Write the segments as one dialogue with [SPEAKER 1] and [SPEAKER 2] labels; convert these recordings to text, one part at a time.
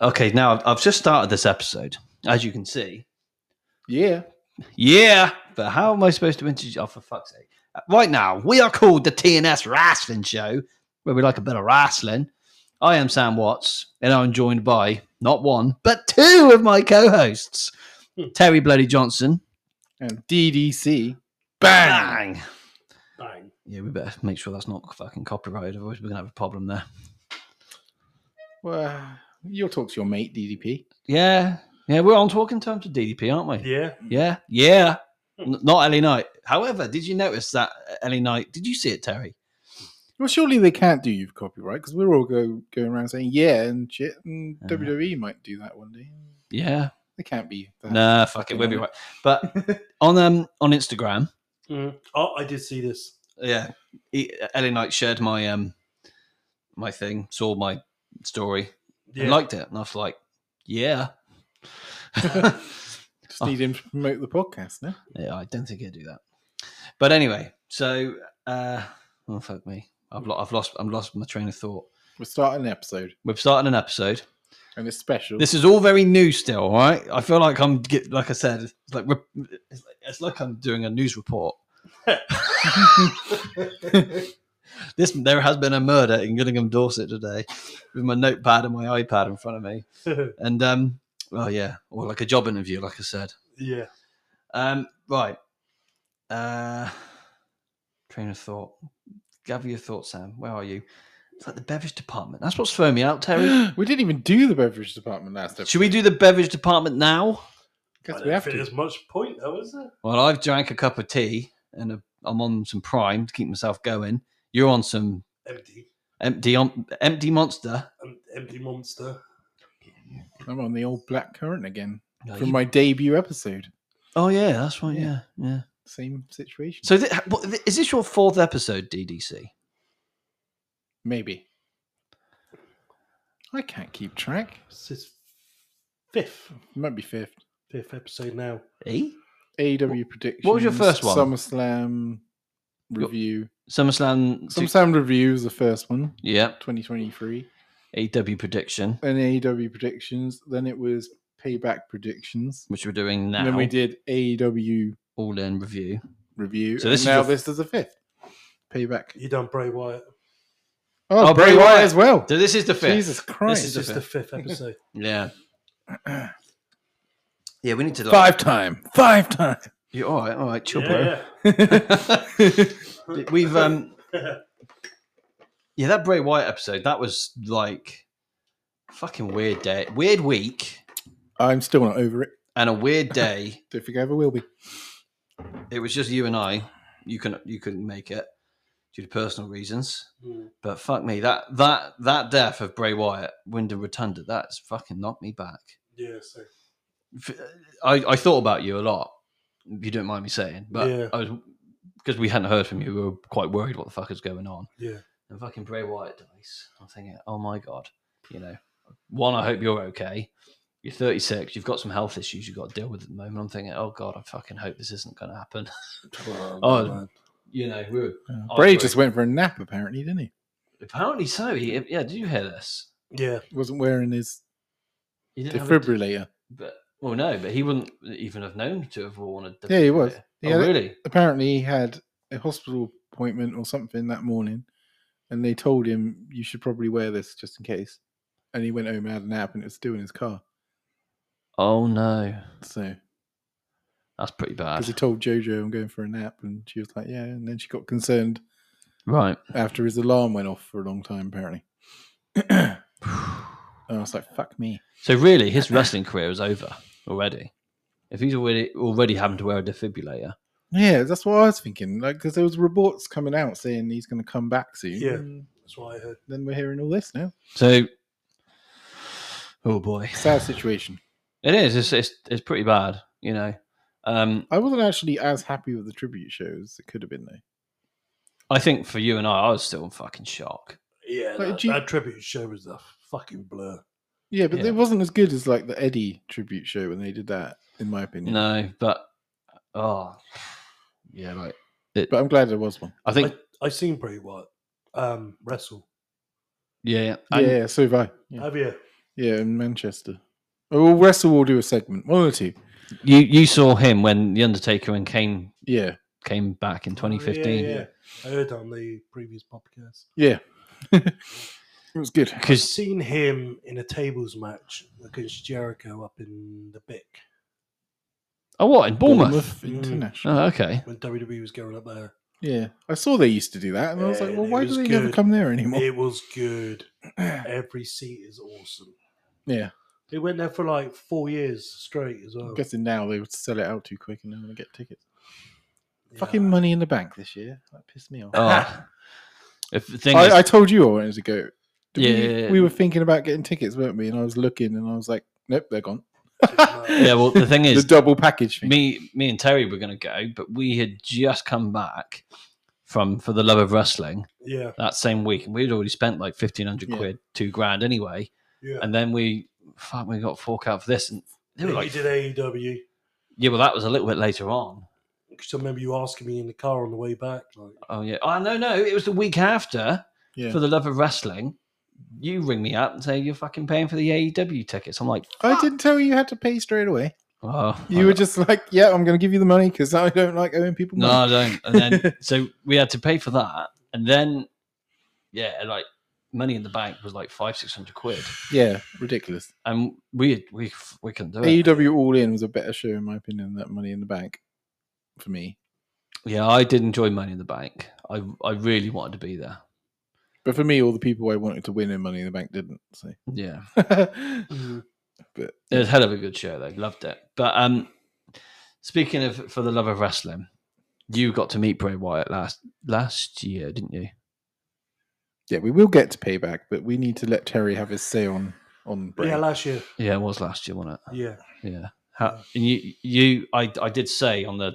[SPEAKER 1] Okay, now I've- I've just started this episode, as you can see.
[SPEAKER 2] Yeah.
[SPEAKER 1] Yeah, but how am I supposed to introduce? Oh, for fuck's sake! Uh, Right now, we are called the TNS Wrestling Show, where we like a bit of wrestling. I am Sam Watts, and I'm joined by not one but two of my co-hosts, Terry Bloody Johnson.
[SPEAKER 2] And DDC.
[SPEAKER 1] Bang!
[SPEAKER 3] Bang.
[SPEAKER 1] Yeah, we better make sure that's not fucking copyrighted, otherwise we're gonna have a problem there.
[SPEAKER 2] Well, you'll talk to your mate, DDP.
[SPEAKER 1] Yeah, yeah, we're on talking terms with DDP, aren't we?
[SPEAKER 3] Yeah.
[SPEAKER 1] Yeah, yeah. N- Not Ellie Knight. However, did you notice that Ellie Knight? Did you see it, Terry?
[SPEAKER 2] Well, surely they can't do you for copyright because we're all go, going around saying yeah and shit, and
[SPEAKER 1] Uh.
[SPEAKER 2] WWE might do that one day.
[SPEAKER 1] Yeah.
[SPEAKER 2] They can't be. That.
[SPEAKER 1] Nah, fuck it, we'll be right. But on um on Instagram,
[SPEAKER 3] Mm. Oh, I did see this.
[SPEAKER 1] yeah, he, Ellie Knight shared my um my thing, saw my story,
[SPEAKER 3] Yeah.
[SPEAKER 1] and liked it, and I was like, yeah.
[SPEAKER 2] Just need him to promote the podcast now.
[SPEAKER 1] Yeah, I don't think he'd do that. But anyway, so uh, oh fuck me, I've, lo- I've lost, I'm lost my train of thought.
[SPEAKER 2] We're starting an episode
[SPEAKER 1] We've started an episode.
[SPEAKER 2] and it's special.
[SPEAKER 1] This is all very new still, all right? I feel like I'm, get, like I said, it's like rep- it's like, it's like I'm doing a news report. this there has been a murder in Gillingham, Dorset today, with my notepad and my iPad in front of me, and um, oh yeah, or like a job interview, like I said.
[SPEAKER 3] yeah.
[SPEAKER 1] Um, right. Uh, train of thought. Gather your thoughts, Sam. Where are you? It's like the beverage department. That's what's throwing me out, Terry.
[SPEAKER 2] we didn't even do the beverage department last episode.
[SPEAKER 1] Should we do the beverage department now?
[SPEAKER 3] I
[SPEAKER 2] Because
[SPEAKER 3] don't
[SPEAKER 2] we have
[SPEAKER 3] think
[SPEAKER 2] to.
[SPEAKER 3] There's much point though, is there?
[SPEAKER 1] Well, I've drank a cup of tea and a, I'm on some prime to keep myself going. You're on some
[SPEAKER 3] Empty.
[SPEAKER 1] empty, on, empty monster.
[SPEAKER 3] Um, empty monster.
[SPEAKER 2] I'm on the old black current again
[SPEAKER 1] No,
[SPEAKER 2] from
[SPEAKER 1] Uh, you-
[SPEAKER 2] my debut episode.
[SPEAKER 1] oh yeah, that's right. Yeah,
[SPEAKER 2] Yeah.
[SPEAKER 1] yeah.
[SPEAKER 2] Same situation.
[SPEAKER 1] So, th- what, th- is this your fourth episode, DDC?
[SPEAKER 2] Maybe. I can't keep track.
[SPEAKER 3] This is fifth.
[SPEAKER 2] Might be fifth.
[SPEAKER 3] Fifth episode now.
[SPEAKER 1] E
[SPEAKER 2] AEW predictions.
[SPEAKER 1] was your first one?
[SPEAKER 2] SummerSlam review.
[SPEAKER 1] SummerSlam. two-
[SPEAKER 2] SummerSlam review was the first one,
[SPEAKER 1] yeah.
[SPEAKER 2] 2023.
[SPEAKER 1] AW prediction,
[SPEAKER 2] Then AEW predictions. Then it was payback predictions.
[SPEAKER 1] which we're doing now.
[SPEAKER 2] And then we did AEW
[SPEAKER 1] all in review.
[SPEAKER 2] review.
[SPEAKER 1] So
[SPEAKER 2] and
[SPEAKER 1] this is
[SPEAKER 2] now
[SPEAKER 1] your-
[SPEAKER 2] this is the fifth. Payback.
[SPEAKER 3] You done Bray Wyatt.
[SPEAKER 2] Oh,
[SPEAKER 1] Oh, Bray
[SPEAKER 2] Bray Wyatt
[SPEAKER 1] Wyatt.
[SPEAKER 2] as well.
[SPEAKER 1] So this is the fifth.
[SPEAKER 2] Jesus Christ.
[SPEAKER 1] This
[SPEAKER 3] It's
[SPEAKER 1] the
[SPEAKER 3] just the fifth episode.
[SPEAKER 1] Yeah. Yeah, we need to like,
[SPEAKER 2] Five time. Five time.
[SPEAKER 1] You all right? All right, chill,
[SPEAKER 3] yeah.
[SPEAKER 1] bro. We've um, yeah, that Bray Wyatt episode that was like fucking weird day, weird week,
[SPEAKER 2] I'm still not over it.
[SPEAKER 1] and a weird day.
[SPEAKER 2] Don't think I ever will be.
[SPEAKER 1] it was just you and I. You can you couldn't make it due to personal reasons,
[SPEAKER 3] Mm.
[SPEAKER 1] but fuck me, that that that death of Bray Wyatt, Wyndham Rotunda, that's fucking knocked me back.
[SPEAKER 3] yeah. So
[SPEAKER 1] f- I, I thought about you a lot, if you don't mind me saying, but
[SPEAKER 3] Yeah.
[SPEAKER 1] I was because we hadn't heard from you, we were quite worried what the fuck is going on.
[SPEAKER 3] yeah.
[SPEAKER 1] And fucking Bray Wyatt dies. I'm thinking, oh my god, you know, one, I hope you're okay. You're 36, you've got some health issues you've got to deal with at the moment. I'm thinking, oh god, I fucking hope this isn't going to happen. Oh, you know, we were,
[SPEAKER 2] Uh,
[SPEAKER 1] I
[SPEAKER 2] Bray
[SPEAKER 1] agree.
[SPEAKER 2] just went for a nap, apparently, didn't he?
[SPEAKER 1] apparently so. He, yeah, did you hear this?
[SPEAKER 3] Yeah.
[SPEAKER 2] Wasn't wearing his
[SPEAKER 1] He didn't have a-
[SPEAKER 2] defibrillator.
[SPEAKER 1] but, well, no, but he wouldn't even have known to have worn a.
[SPEAKER 2] Yeah, he was. He
[SPEAKER 1] Oh,
[SPEAKER 2] had it.
[SPEAKER 1] really?
[SPEAKER 2] apparently he had a hospital appointment or something that morning, and they told him you should probably wear this just in case. And he went home and had a nap, and it was still in his car.
[SPEAKER 1] Oh no,
[SPEAKER 2] So
[SPEAKER 1] that's pretty bad.
[SPEAKER 2] because he told Jojo I'm going for a nap, and she was like, "Yeah," and then she got concerned
[SPEAKER 1] Right.
[SPEAKER 2] after his alarm went off for a long time, apparently. And I was like, "Fuck me."
[SPEAKER 1] So really, his wrestling career is over already. If he's already already having to wear a defibrillator,
[SPEAKER 2] Yeah, that's what I was thinking. Like, because there was reports coming out saying he's going to come back soon.
[SPEAKER 3] Yeah.
[SPEAKER 2] and
[SPEAKER 3] That's what I heard.
[SPEAKER 2] Then we're hearing all this now.
[SPEAKER 1] so oh boy,
[SPEAKER 2] Sad situation.
[SPEAKER 1] it is. It's it's, it's pretty bad, you know. Um,
[SPEAKER 2] I wasn't actually as happy with the tribute shows. It could have been though.
[SPEAKER 1] I think for you and I, I was still in fucking shock.
[SPEAKER 3] Yeah.
[SPEAKER 2] Like,
[SPEAKER 3] that,
[SPEAKER 2] do you-
[SPEAKER 3] that tribute show was a fucking blur.
[SPEAKER 2] Yeah, but
[SPEAKER 1] Yeah.
[SPEAKER 2] it wasn't as good as like the Eddie tribute show when they did that, in my opinion.
[SPEAKER 1] No, but oh yeah, like
[SPEAKER 2] But I'm glad there was one.
[SPEAKER 1] I think
[SPEAKER 3] I seen Bray Wyatt um, wrestle.
[SPEAKER 1] yeah, yeah. And
[SPEAKER 2] yeah, so have I. Yeah.
[SPEAKER 3] Have you?
[SPEAKER 2] Yeah, in Manchester. Oh, we'll wrestle. We'll do a segment. One or two.
[SPEAKER 1] You you saw him when the Undertaker and came
[SPEAKER 2] Yeah,
[SPEAKER 1] came back in 2015
[SPEAKER 3] yeah, I heard on the previous podcast.
[SPEAKER 2] yeah. it was good.
[SPEAKER 1] because
[SPEAKER 3] Seen him in a tables match against Jericho up in the Bic
[SPEAKER 1] oh what in Bournemouth?
[SPEAKER 2] International.
[SPEAKER 1] Oh okay.
[SPEAKER 3] when WWE was going up there.
[SPEAKER 2] Yeah, I saw they used to do that, and I was
[SPEAKER 3] Yeah,
[SPEAKER 2] like, well,
[SPEAKER 3] it
[SPEAKER 2] why do
[SPEAKER 3] was
[SPEAKER 2] they never
[SPEAKER 3] good.
[SPEAKER 2] come there anymore?
[SPEAKER 3] It was good. Every seat is awesome.
[SPEAKER 2] yeah,
[SPEAKER 3] They went there for like four years straight as well.
[SPEAKER 2] I'm guessing now they would sell it out too quick and then they get tickets.
[SPEAKER 3] Yeah.
[SPEAKER 2] Fucking money in the bank this year. That pissed me off.
[SPEAKER 1] Oh. if the thing is,
[SPEAKER 2] I, I told you I wanted to go. Did we,
[SPEAKER 1] Yeah.
[SPEAKER 2] we were thinking about getting tickets, weren't we? And I was looking, and I was like, nope, they're gone.
[SPEAKER 1] yeah, well the thing
[SPEAKER 2] The
[SPEAKER 1] is
[SPEAKER 2] double package thing.
[SPEAKER 1] me me and Terry were going to go, but we had just come back from for the love of wrestling
[SPEAKER 3] yeah,
[SPEAKER 1] that same week, and we'd already spent like fifteen hundred
[SPEAKER 2] Yeah.
[SPEAKER 1] quid, two grand anyway,
[SPEAKER 3] yeah.
[SPEAKER 1] and then we fuck, we got fork out for this, and they were
[SPEAKER 3] Yeah,
[SPEAKER 1] like,
[SPEAKER 3] you did E AEW.
[SPEAKER 1] yeah, well that was a little bit later on.
[SPEAKER 3] Because I remember you asking me in the car on the way back, like,
[SPEAKER 1] Oh yeah, oh no no, it was the week after
[SPEAKER 2] Yeah.
[SPEAKER 1] for the love of wrestling. You ring me up and say you're fucking paying for the AEW tickets. I'm like,
[SPEAKER 2] I didn't tell you you had to pay straight away.
[SPEAKER 1] oh,
[SPEAKER 2] You were just like, yeah, I'm going to give you the money because I don't like owing people
[SPEAKER 1] No,
[SPEAKER 2] money.
[SPEAKER 1] I don't. And then so we had to pay for that, and then yeah, like money in the bank was like five six hundred quid,
[SPEAKER 2] Yeah, ridiculous.
[SPEAKER 1] and we we we couldn't do it.
[SPEAKER 2] AEW All In was a better show, in my opinion, than Money in the Bank for me.
[SPEAKER 1] Yeah, I did enjoy Money in the Bank. I I really wanted to be there.
[SPEAKER 2] But for me, all the people I wanted to win in Money in the Bank didn't. So,
[SPEAKER 1] Yeah, Mm,
[SPEAKER 2] but
[SPEAKER 1] it was a hell of a good show though. Loved it. But um, speaking of for the love of wrestling, you got to meet Bray Wyatt last last year, didn't you?
[SPEAKER 2] yeah, we will get to payback, but we need to let Terry have his say on on Bray.
[SPEAKER 3] yeah, last year,
[SPEAKER 1] Yeah, it was last year, wasn't it?
[SPEAKER 3] yeah,
[SPEAKER 1] Yeah. How, and you, you, I, I did say on the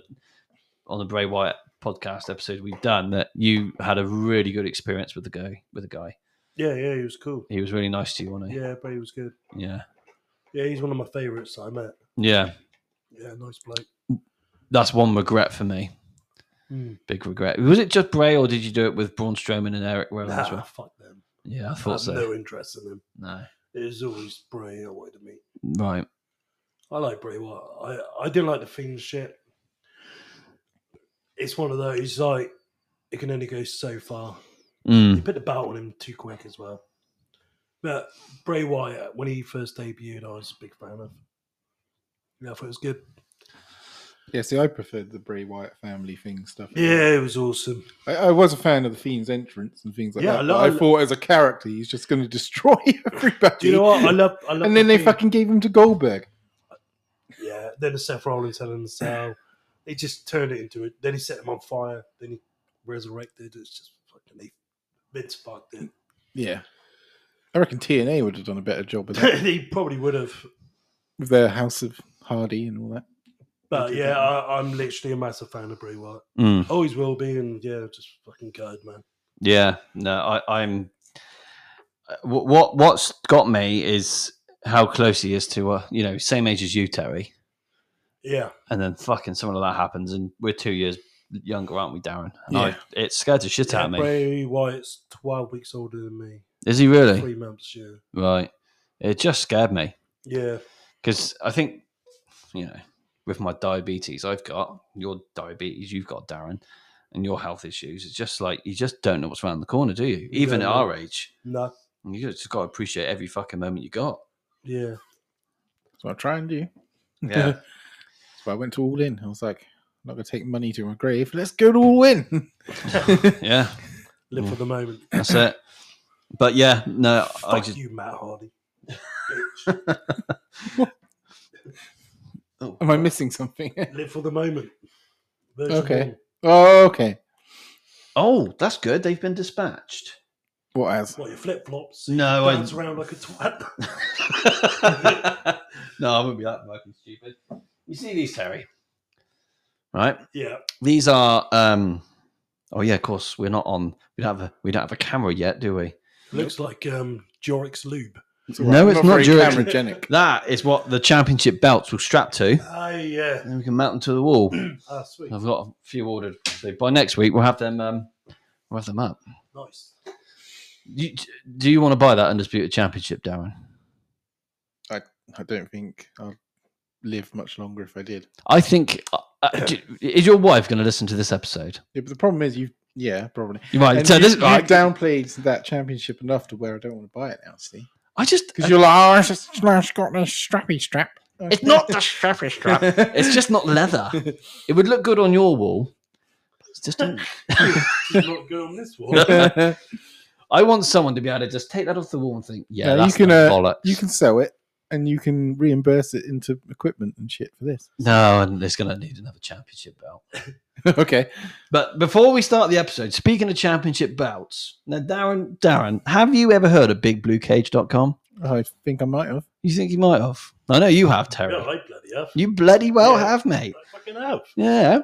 [SPEAKER 1] on the Bray Wyatt podcast episode we've done that you had a really good experience with the guy. With the guy,
[SPEAKER 3] yeah, yeah, he was cool.
[SPEAKER 1] he was really nice to you, wasn't he?
[SPEAKER 3] Yeah, but he was good.
[SPEAKER 1] Yeah.
[SPEAKER 3] Yeah, he's one of my favourites that I met.
[SPEAKER 1] Yeah.
[SPEAKER 3] Yeah, nice bloke.
[SPEAKER 1] That's one regret for me.
[SPEAKER 3] Mm.
[SPEAKER 1] Big regret. Was it just Bray, or did you do it with Braun Strowman and Eric Rowan as
[SPEAKER 3] Nah,
[SPEAKER 1] well?
[SPEAKER 3] fuck them.
[SPEAKER 1] Yeah, I
[SPEAKER 3] I
[SPEAKER 1] thought
[SPEAKER 3] have
[SPEAKER 1] so.
[SPEAKER 3] no interest in him.
[SPEAKER 1] No.
[SPEAKER 3] It was always Bray I wanted to meet.
[SPEAKER 1] Right.
[SPEAKER 3] I like Bray Wyatt. I, I didn't like the Fiend shit. It's one of those, like, it can only go so far.
[SPEAKER 1] Mm.
[SPEAKER 3] You put the belt on him too quick as well. But Bray Wyatt, when he first debuted, I was a big fan of. Yeah, I thought it was good.
[SPEAKER 2] Yeah, see, I preferred the Bray Wyatt family thing stuff.
[SPEAKER 3] Yeah, it was awesome.
[SPEAKER 2] I, I was a fan of the Fiend's entrance and things like
[SPEAKER 3] Yeah, I
[SPEAKER 2] that. but
[SPEAKER 3] lo-
[SPEAKER 2] I,
[SPEAKER 3] I lo-
[SPEAKER 2] thought as a character, he's just going to destroy everybody.
[SPEAKER 3] Do you know what? I love. I love
[SPEAKER 2] and then
[SPEAKER 3] the
[SPEAKER 2] they
[SPEAKER 3] Fiend.
[SPEAKER 2] fucking gave him to Goldberg.
[SPEAKER 3] Yeah. Then the Seth Rollins had in the cell. They just turned it into it. Then he set him on fire. Then he resurrected. It's just fucking they. Vince fucked it.
[SPEAKER 2] Yeah, I reckon TNA would have done a better job with that,
[SPEAKER 3] they probably would have.
[SPEAKER 2] with their House of Hardy and all that.
[SPEAKER 3] But
[SPEAKER 2] Would you
[SPEAKER 3] yeah,
[SPEAKER 2] think?
[SPEAKER 3] I, I'm literally a massive fan of Bray Wyatt.
[SPEAKER 1] Mm.
[SPEAKER 3] Always will be, and yeah, just fucking good, man.
[SPEAKER 1] Yeah. No. I, I'm. uh, wh- What What's got me is how close he is to uh, you know same age as you, Terry.
[SPEAKER 3] Yeah,
[SPEAKER 1] and then fucking something like that happens, and we're two years younger, aren't we, Darren? And
[SPEAKER 2] Yeah.
[SPEAKER 1] I, it scared the shit out
[SPEAKER 3] yeah
[SPEAKER 1] of me.
[SPEAKER 3] Bray Wyatt's 12 weeks older than me.
[SPEAKER 1] Is he really
[SPEAKER 3] Three months, yeah.
[SPEAKER 1] right? It just scared me
[SPEAKER 3] Yeah,
[SPEAKER 1] because I think you know, with my diabetes, I've got your diabetes, you've got Darren, and your health issues. It's just like you just don't know what's around the corner, do you? Even at
[SPEAKER 3] don't know.
[SPEAKER 1] our age,
[SPEAKER 3] no,
[SPEAKER 1] you just got to appreciate every fucking moment you got.
[SPEAKER 3] yeah.
[SPEAKER 2] That's what I try and do.
[SPEAKER 1] Yeah.
[SPEAKER 2] That's why I went to All In. I was like, I'm not going to take money to my grave. Let's go to All In.
[SPEAKER 1] Yeah,
[SPEAKER 3] Live
[SPEAKER 1] Mm.
[SPEAKER 3] for the moment.
[SPEAKER 1] that's it. But yeah, no, I
[SPEAKER 3] Fuck
[SPEAKER 1] just
[SPEAKER 3] you, Matt Hardy.
[SPEAKER 2] Am I missing something?
[SPEAKER 3] Live for the moment. Version
[SPEAKER 2] Okay.
[SPEAKER 3] one.
[SPEAKER 2] oh, okay.
[SPEAKER 1] oh, that's good. They've been dispatched.
[SPEAKER 2] What as?
[SPEAKER 3] What, your flip flops?
[SPEAKER 1] No, I
[SPEAKER 3] Dance around like a twat.
[SPEAKER 1] no, I wouldn't be that fucking stupid. You see these, Terry? Right.
[SPEAKER 3] yeah,
[SPEAKER 1] These are. um Oh yeah, of course. We're not on. We don't have a. We don't have a camera yet, do we?
[SPEAKER 3] looks like um, Jorik's lube.
[SPEAKER 2] all
[SPEAKER 1] No, it's not
[SPEAKER 2] very
[SPEAKER 1] Jurassic.
[SPEAKER 2] cameragenic.
[SPEAKER 1] That is what the championship belts will strap to.
[SPEAKER 3] Ah, yeah.
[SPEAKER 1] And then we can mount them to the wall.
[SPEAKER 3] Ah, sweet.
[SPEAKER 1] I've got a few ordered. So by next week, we'll have them. Um, we'll have them up.
[SPEAKER 3] Nice.
[SPEAKER 1] You, do you want to buy that undisputed championship, Darren?
[SPEAKER 2] I don't think I'll live much longer if I did.
[SPEAKER 1] I think. Uh, uh, do- is your wife going to listen to this episode?
[SPEAKER 2] Yeah, but the problem is you. Yeah, probably.
[SPEAKER 1] You might.
[SPEAKER 2] And
[SPEAKER 1] so
[SPEAKER 2] you,
[SPEAKER 1] this,
[SPEAKER 2] you
[SPEAKER 1] right,
[SPEAKER 2] downplayed that championship enough to where I don't want to buy it now. See,
[SPEAKER 1] I just.
[SPEAKER 2] because you're like, oh, it's, just, it's got no strappy strap.
[SPEAKER 1] It's not the strappy strap. It's just not leather. It would look good on your wall. but It's just. don't-
[SPEAKER 3] It's not good on this one.
[SPEAKER 2] just.
[SPEAKER 1] I want someone to be able to just take that off the wall and think, yeah,
[SPEAKER 2] Yeah, you
[SPEAKER 1] that's
[SPEAKER 2] can,
[SPEAKER 1] the
[SPEAKER 2] uh,
[SPEAKER 1] bollocks.
[SPEAKER 2] you can sell it, and you can reimburse it into equipment and shit for this.
[SPEAKER 1] No, and it's going to need another championship belt.
[SPEAKER 2] okay.
[SPEAKER 1] But before we start the episode, speaking of championship belts, now Darren, Darren, have you ever heard of BigBlueCage.com?
[SPEAKER 2] I think I might have.
[SPEAKER 1] You think you might have? I know you have, Terry.
[SPEAKER 3] No, I bloody have.
[SPEAKER 1] You bloody well
[SPEAKER 3] Yeah.
[SPEAKER 1] have, mate.
[SPEAKER 3] I fucking have.
[SPEAKER 1] Yeah.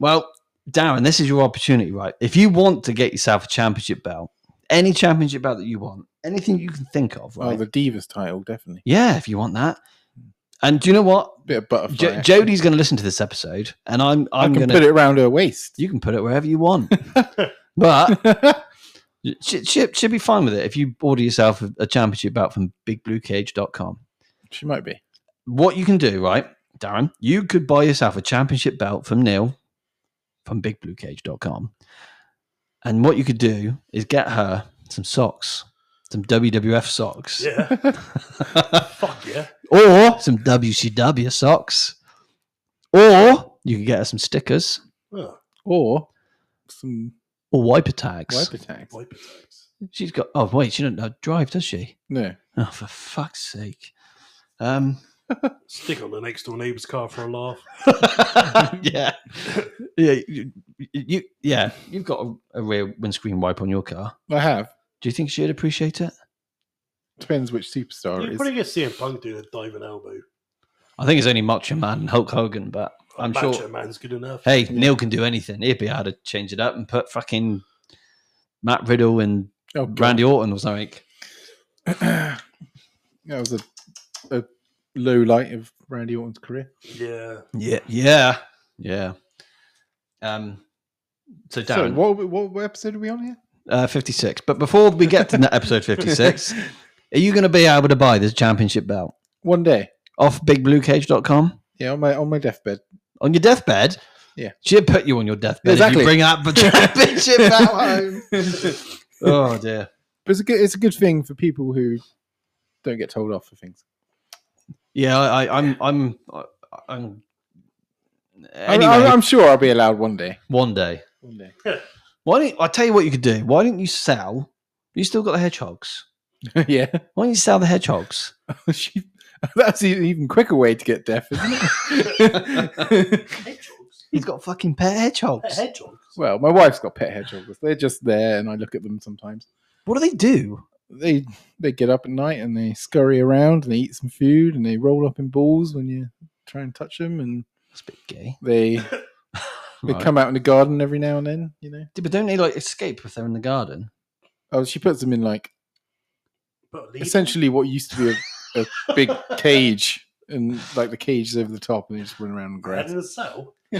[SPEAKER 1] Well, Darren, this is your opportunity, right? If you want to get yourself a championship belt, any championship belt that you want, anything you can think of, right?
[SPEAKER 2] Oh, the Divas title, definitely.
[SPEAKER 1] yeah, if you want that. And do you know what?
[SPEAKER 2] Bit of butterfly.
[SPEAKER 1] Jo-
[SPEAKER 2] action.
[SPEAKER 1] Jodie's going to listen to this episode, and I'm
[SPEAKER 2] I
[SPEAKER 1] I'm
[SPEAKER 2] can
[SPEAKER 1] going
[SPEAKER 2] put
[SPEAKER 1] to.
[SPEAKER 2] it around her waist.
[SPEAKER 1] You can put it wherever you want, but she, she, she'll be fine with it if you order yourself a, a championship belt from BigBlueCage.com.
[SPEAKER 2] she might be.
[SPEAKER 1] What you can do, right, Darren? You could buy yourself a championship belt from Neil from BigBlueCage.com, and what you could do is get her some socks, some WWF socks,
[SPEAKER 3] Yeah. Fuck yeah.
[SPEAKER 1] or some WCW socks, or you could get her some stickers
[SPEAKER 3] Oh,
[SPEAKER 2] Or some
[SPEAKER 1] or wiper tags.
[SPEAKER 2] wiper tags.
[SPEAKER 3] wiper tags.
[SPEAKER 1] She's got. Oh wait, she do not know drive, does she?
[SPEAKER 2] No.
[SPEAKER 1] Oh, for fuck's sake. Um,
[SPEAKER 3] Stick on the next door neighbour's car for a laugh.
[SPEAKER 1] yeah, yeah, you, you, yeah. You've got a, a rear windscreen wipe on your car.
[SPEAKER 2] I have.
[SPEAKER 1] Do you think she'd appreciate it?
[SPEAKER 2] Depends which superstar it
[SPEAKER 3] You're
[SPEAKER 2] is.
[SPEAKER 3] probably going to see him punk doing a diving elbow.
[SPEAKER 1] I think it's only Macho Man and Hulk Hogan, but I'm
[SPEAKER 3] Macho
[SPEAKER 1] sure.
[SPEAKER 3] Man's good enough.
[SPEAKER 1] Hey, Neil can do anything. He'd be able to change it up and put fucking Matt Riddle and
[SPEAKER 2] Oh, God.
[SPEAKER 1] Randy Orton or something.
[SPEAKER 2] that was a, a low light of Randy Orton's career.
[SPEAKER 3] Yeah.
[SPEAKER 1] Yeah, yeah, yeah. Um, so
[SPEAKER 2] So,
[SPEAKER 1] Darren,
[SPEAKER 2] what, what, what episode are we on here?
[SPEAKER 1] uh, fifty-six. But before we get to that episode fifty-six, are you going to be able to buy this championship belt?
[SPEAKER 2] One day.
[SPEAKER 1] off bigbluecage.com
[SPEAKER 2] Yeah, on my on my deathbed.
[SPEAKER 1] on your deathbed.
[SPEAKER 2] Yeah.
[SPEAKER 1] She'll put you on your deathbed
[SPEAKER 2] Exactly.
[SPEAKER 1] if you bring up a championship belt home.
[SPEAKER 2] but
[SPEAKER 1] Oh, dear.
[SPEAKER 2] it's a good it's a good thing for people who don't get told off for things.
[SPEAKER 1] Yeah, I, I, I'm, I'm, I'm,
[SPEAKER 2] I- I-
[SPEAKER 1] anyway,
[SPEAKER 2] I'm sure I'll be allowed one day.
[SPEAKER 1] one day.
[SPEAKER 2] One day.
[SPEAKER 1] Why don't I tell you what you could do? Why don't you sell? You still got the hedgehogs.
[SPEAKER 2] yeah.
[SPEAKER 1] Why don't you sell the hedgehogs?
[SPEAKER 2] She- that's an even quicker way to get deaf, isn't it?
[SPEAKER 3] Hedgehogs.
[SPEAKER 1] He's got fucking pet hedgehogs.
[SPEAKER 3] Hedgehogs.
[SPEAKER 2] well, my wife's got pet hedgehogs. They're just there, and I look at them sometimes.
[SPEAKER 1] What do they do?
[SPEAKER 2] They they get up at night and they scurry around and they eat some food and they roll up in balls when you try and touch them, and
[SPEAKER 1] That's a bit gay.
[SPEAKER 2] they they
[SPEAKER 1] Right.
[SPEAKER 2] come out in the garden every now and then. You know,
[SPEAKER 1] Yeah, but don't they like escape if they're in the garden?
[SPEAKER 2] oh, she puts them in like
[SPEAKER 3] But leave them.
[SPEAKER 2] essentially what used to be a, a big cage. And like the cage is over the top, and they just run around and grab.
[SPEAKER 3] Head in a cell. They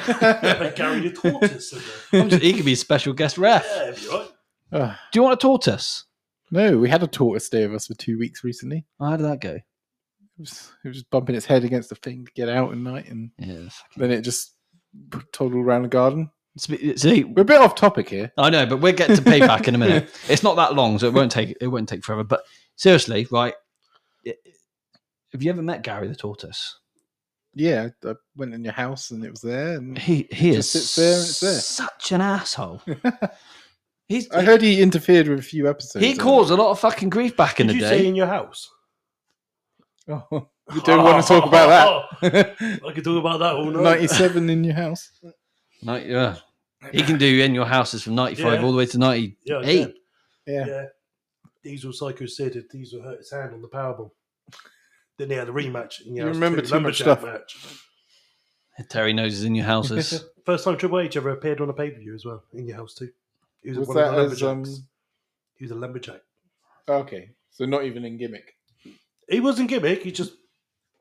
[SPEAKER 3] carry
[SPEAKER 2] it.
[SPEAKER 3] the tortoise in there.
[SPEAKER 1] I'm just- he could be a special guest ref.
[SPEAKER 3] Yeah, it'd be all right.
[SPEAKER 2] Ah.
[SPEAKER 1] Do you want a tortoise?
[SPEAKER 2] No, we had a tortoise stay with us for two weeks recently.
[SPEAKER 1] How did that go?
[SPEAKER 2] It was, it was just bumping its head against the thing to get out at night, and
[SPEAKER 1] Yeah. fucking-
[SPEAKER 2] then it just toddled around the garden.
[SPEAKER 1] Spe- See,
[SPEAKER 2] We're a bit off topic here.
[SPEAKER 1] I know, but we'll get to payback in a minute. It's not that long, so it won't take it won't take forever. But seriously, right? i- Have you ever met Gary the tortoise?
[SPEAKER 2] Yeah, I went in your house and it was there. And
[SPEAKER 1] He he
[SPEAKER 2] Just
[SPEAKER 1] is
[SPEAKER 2] sits there and it's there.
[SPEAKER 1] such an asshole. He's
[SPEAKER 2] I heard he interfered with a few episodes.
[SPEAKER 1] he caused a lot of fucking grief back in
[SPEAKER 3] Did
[SPEAKER 1] the
[SPEAKER 3] you say
[SPEAKER 1] day.
[SPEAKER 3] in your house?
[SPEAKER 2] Oh, you don't want to talk about that.
[SPEAKER 3] that. I could talk about
[SPEAKER 2] Oh,
[SPEAKER 3] that all night.
[SPEAKER 2] Ninety-seven in your house.
[SPEAKER 1] Nin- yeah. He can do in your houses from ninety five
[SPEAKER 3] Yeah.
[SPEAKER 1] all the way to ninety.
[SPEAKER 3] Yeah, I
[SPEAKER 1] Hey.
[SPEAKER 3] did.
[SPEAKER 2] Yeah.
[SPEAKER 3] yeah. Diesel Psycho said that Diesel hurt his hand on the powerbomb. Then they had a rematch. And
[SPEAKER 2] You
[SPEAKER 3] yeah, it was
[SPEAKER 2] remember
[SPEAKER 3] two
[SPEAKER 2] too much
[SPEAKER 3] lumberjack
[SPEAKER 2] stuff.
[SPEAKER 3] Match.
[SPEAKER 1] Terry knows is in your houses.
[SPEAKER 3] First time Triple H ever appeared on a pay per view as well in your house too. He was,
[SPEAKER 2] Was
[SPEAKER 3] one of
[SPEAKER 2] that
[SPEAKER 3] the
[SPEAKER 2] as
[SPEAKER 3] lumberjacks.
[SPEAKER 2] um?
[SPEAKER 3] He was a lumberjack.
[SPEAKER 2] Oh, Okay, so not even in gimmick.
[SPEAKER 3] He wasn't gimmick. He just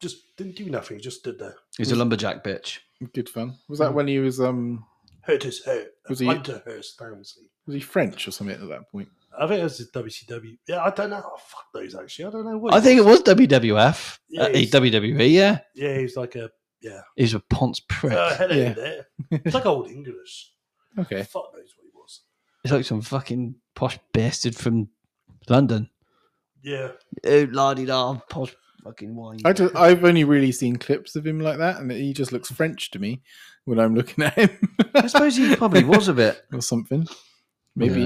[SPEAKER 3] just didn't do nothing. He just stood there.
[SPEAKER 1] He's a lumberjack bitch.
[SPEAKER 2] Good fun. Was that when he was um?
[SPEAKER 3] Hurt his hurt.
[SPEAKER 2] Was he-
[SPEAKER 3] Hunter Hurst Townsley.
[SPEAKER 2] Was he French or something at that point?
[SPEAKER 3] Uh, I think it was just WCW. Yeah, I don't know. Oh, fuck those actually. I don't know what.
[SPEAKER 1] I
[SPEAKER 3] he
[SPEAKER 1] think it was WWF,
[SPEAKER 3] Yeah,
[SPEAKER 1] uh,
[SPEAKER 3] he's-
[SPEAKER 1] WWE. Yeah,
[SPEAKER 3] Yeah, he's like a uh, yeah.
[SPEAKER 1] he was a Ponce prick.
[SPEAKER 3] Uh, hello
[SPEAKER 2] Yeah.
[SPEAKER 3] there. It's like old English.
[SPEAKER 2] Okay.
[SPEAKER 3] Fuck knows what he was.
[SPEAKER 1] It's like some fucking posh bastard from London.
[SPEAKER 3] Yeah,
[SPEAKER 1] Oh, lardy da, posh fucking wine.
[SPEAKER 2] I just, I've only really seen clips of him like that, and he just looks French to me when I'm looking at him
[SPEAKER 1] I suppose he probably was a bit.
[SPEAKER 2] or something. Maybe.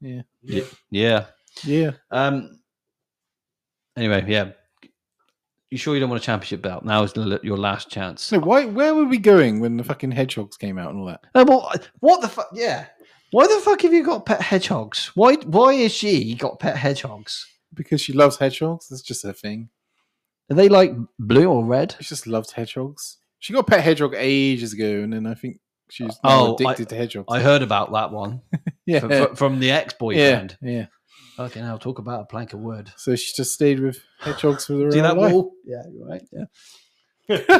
[SPEAKER 1] Yeah.
[SPEAKER 3] yeah.
[SPEAKER 1] Yeah.
[SPEAKER 2] Yeah.
[SPEAKER 1] Um. Anyway, yeah. You sure you don't want a championship belt? Now is the- your last chance.
[SPEAKER 2] So why? Where were we going when the fucking hedgehogs came out and all that?
[SPEAKER 1] Oh, well, what the fuck? Yeah. Why the fuck have you got pet hedgehogs? Why? Why is she got pet hedgehogs?
[SPEAKER 2] Because she loves hedgehogs. That's just her thing.
[SPEAKER 1] Are they like blue or red?
[SPEAKER 2] She just loves hedgehogs. She got a pet hedgehog ages ago, and then I think she's now
[SPEAKER 1] Oh, I-
[SPEAKER 2] addicted to hedgehogs.
[SPEAKER 1] I heard about that one
[SPEAKER 2] yeah.
[SPEAKER 1] from, from- from the
[SPEAKER 2] yeah.
[SPEAKER 1] ex-boyfriend.
[SPEAKER 2] Yeah.
[SPEAKER 1] Fucking hell, talk about a plank of wood.
[SPEAKER 2] So she just stayed with hedgehogs for the rest
[SPEAKER 1] See that
[SPEAKER 2] of her life.
[SPEAKER 1] wall? Yeah, you're right. Yeah.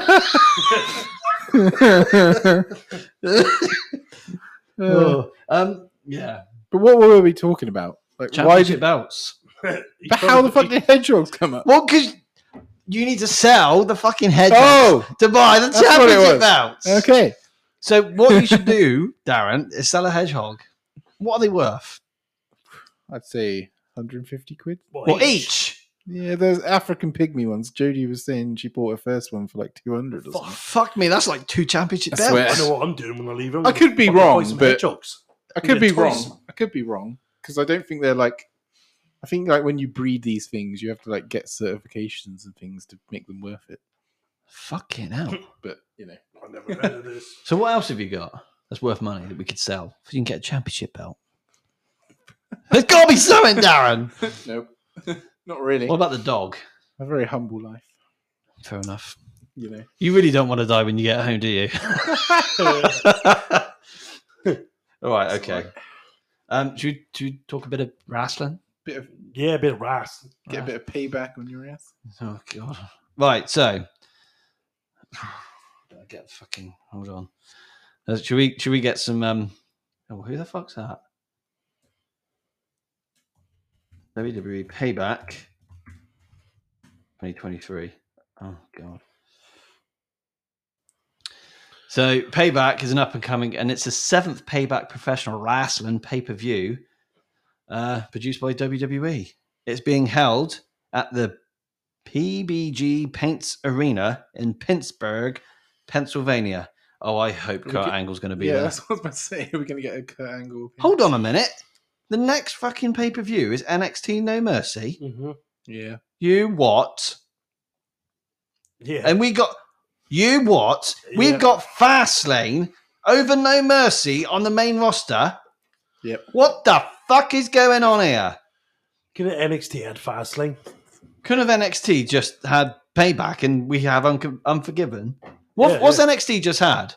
[SPEAKER 2] Uh,
[SPEAKER 1] um. Yeah.
[SPEAKER 2] but what were we talking about? Like, why
[SPEAKER 1] Championship
[SPEAKER 2] did?
[SPEAKER 1] belts.
[SPEAKER 3] He
[SPEAKER 2] But
[SPEAKER 3] tried
[SPEAKER 2] how
[SPEAKER 3] to-
[SPEAKER 2] the fuck
[SPEAKER 3] he-
[SPEAKER 2] did hedgehogs come up?
[SPEAKER 1] Well, because you need to sell the fucking hedgehogs
[SPEAKER 2] Oh,
[SPEAKER 1] to buy the
[SPEAKER 2] That's what it
[SPEAKER 1] championship
[SPEAKER 2] was.
[SPEAKER 1] belts.
[SPEAKER 2] okay.
[SPEAKER 1] So what you should do, Darren, is sell a hedgehog. What are they worth?
[SPEAKER 2] I'd say 150 quid.
[SPEAKER 1] Well, each.
[SPEAKER 2] Yeah, there's African pygmy ones. Jodie was saying she bought her first one for like 200 or
[SPEAKER 1] Fuck,
[SPEAKER 2] something.
[SPEAKER 1] fuck me, that's like two championship
[SPEAKER 2] That's
[SPEAKER 1] belts.
[SPEAKER 3] I know what I'm doing when I leave. I'm
[SPEAKER 2] I
[SPEAKER 3] gonna
[SPEAKER 2] could be
[SPEAKER 3] fucking buy
[SPEAKER 2] wrong,
[SPEAKER 3] some
[SPEAKER 2] but-
[SPEAKER 3] hedgehogs.
[SPEAKER 2] I could
[SPEAKER 3] Yeah,
[SPEAKER 2] be wrong.
[SPEAKER 3] twice.
[SPEAKER 2] I could be wrong because I don't think they're like. I think like when you breed these things, you have to like get certifications and things to make them worth it.
[SPEAKER 1] Fucking hell.
[SPEAKER 2] But you know,
[SPEAKER 3] I never heard of this.
[SPEAKER 1] So what else have you got that's worth money that we could sell? If you can get a championship belt. There's got to be something, Darren.
[SPEAKER 2] nope, not really.
[SPEAKER 1] What about the dog?
[SPEAKER 2] a very humble life,
[SPEAKER 1] Fair enough.
[SPEAKER 2] you know.
[SPEAKER 1] You really don't want to die when you get home, do you? All right, okay. Um, should, we, should we talk a bit of wrestling?
[SPEAKER 2] Bit of
[SPEAKER 3] Yeah, a bit of rice.
[SPEAKER 2] get a bit of payback on your ass.
[SPEAKER 1] Oh god. Right, so Better get fucking hold on. Uh, should we should we get some um oh who the fuck's that? WWE E payback twenty twenty three. Oh god. So payback is an up and coming and it's the seventh payback professional wrestling pay-per-view uh, produced by WWE. It's being held at the PBG Paints Arena in Pittsburgh, Pennsylvania. Oh, I hope
[SPEAKER 2] We
[SPEAKER 1] Kurt
[SPEAKER 2] could-
[SPEAKER 1] Angle's going to be
[SPEAKER 2] Yeah,
[SPEAKER 1] there.
[SPEAKER 2] that's what I was about to say. We're gonna get a Kurt Angle. opinion.
[SPEAKER 1] Hold on a minute. The next fucking pay per view is NXT No Mercy.
[SPEAKER 3] hmm
[SPEAKER 2] Yeah,
[SPEAKER 1] You what?
[SPEAKER 3] Yeah,
[SPEAKER 1] And we got you what?
[SPEAKER 3] Yeah.
[SPEAKER 1] We've got Fastlane over No Mercy on the main roster.
[SPEAKER 2] Yep.
[SPEAKER 1] What the fuck is going on here?
[SPEAKER 3] Couldn't NXT had Fastlane.
[SPEAKER 1] Could have NXT just had payback and we have Unco- Unforgiven? What,
[SPEAKER 3] Yeah,
[SPEAKER 1] what's
[SPEAKER 3] yeah.
[SPEAKER 1] NXT just had?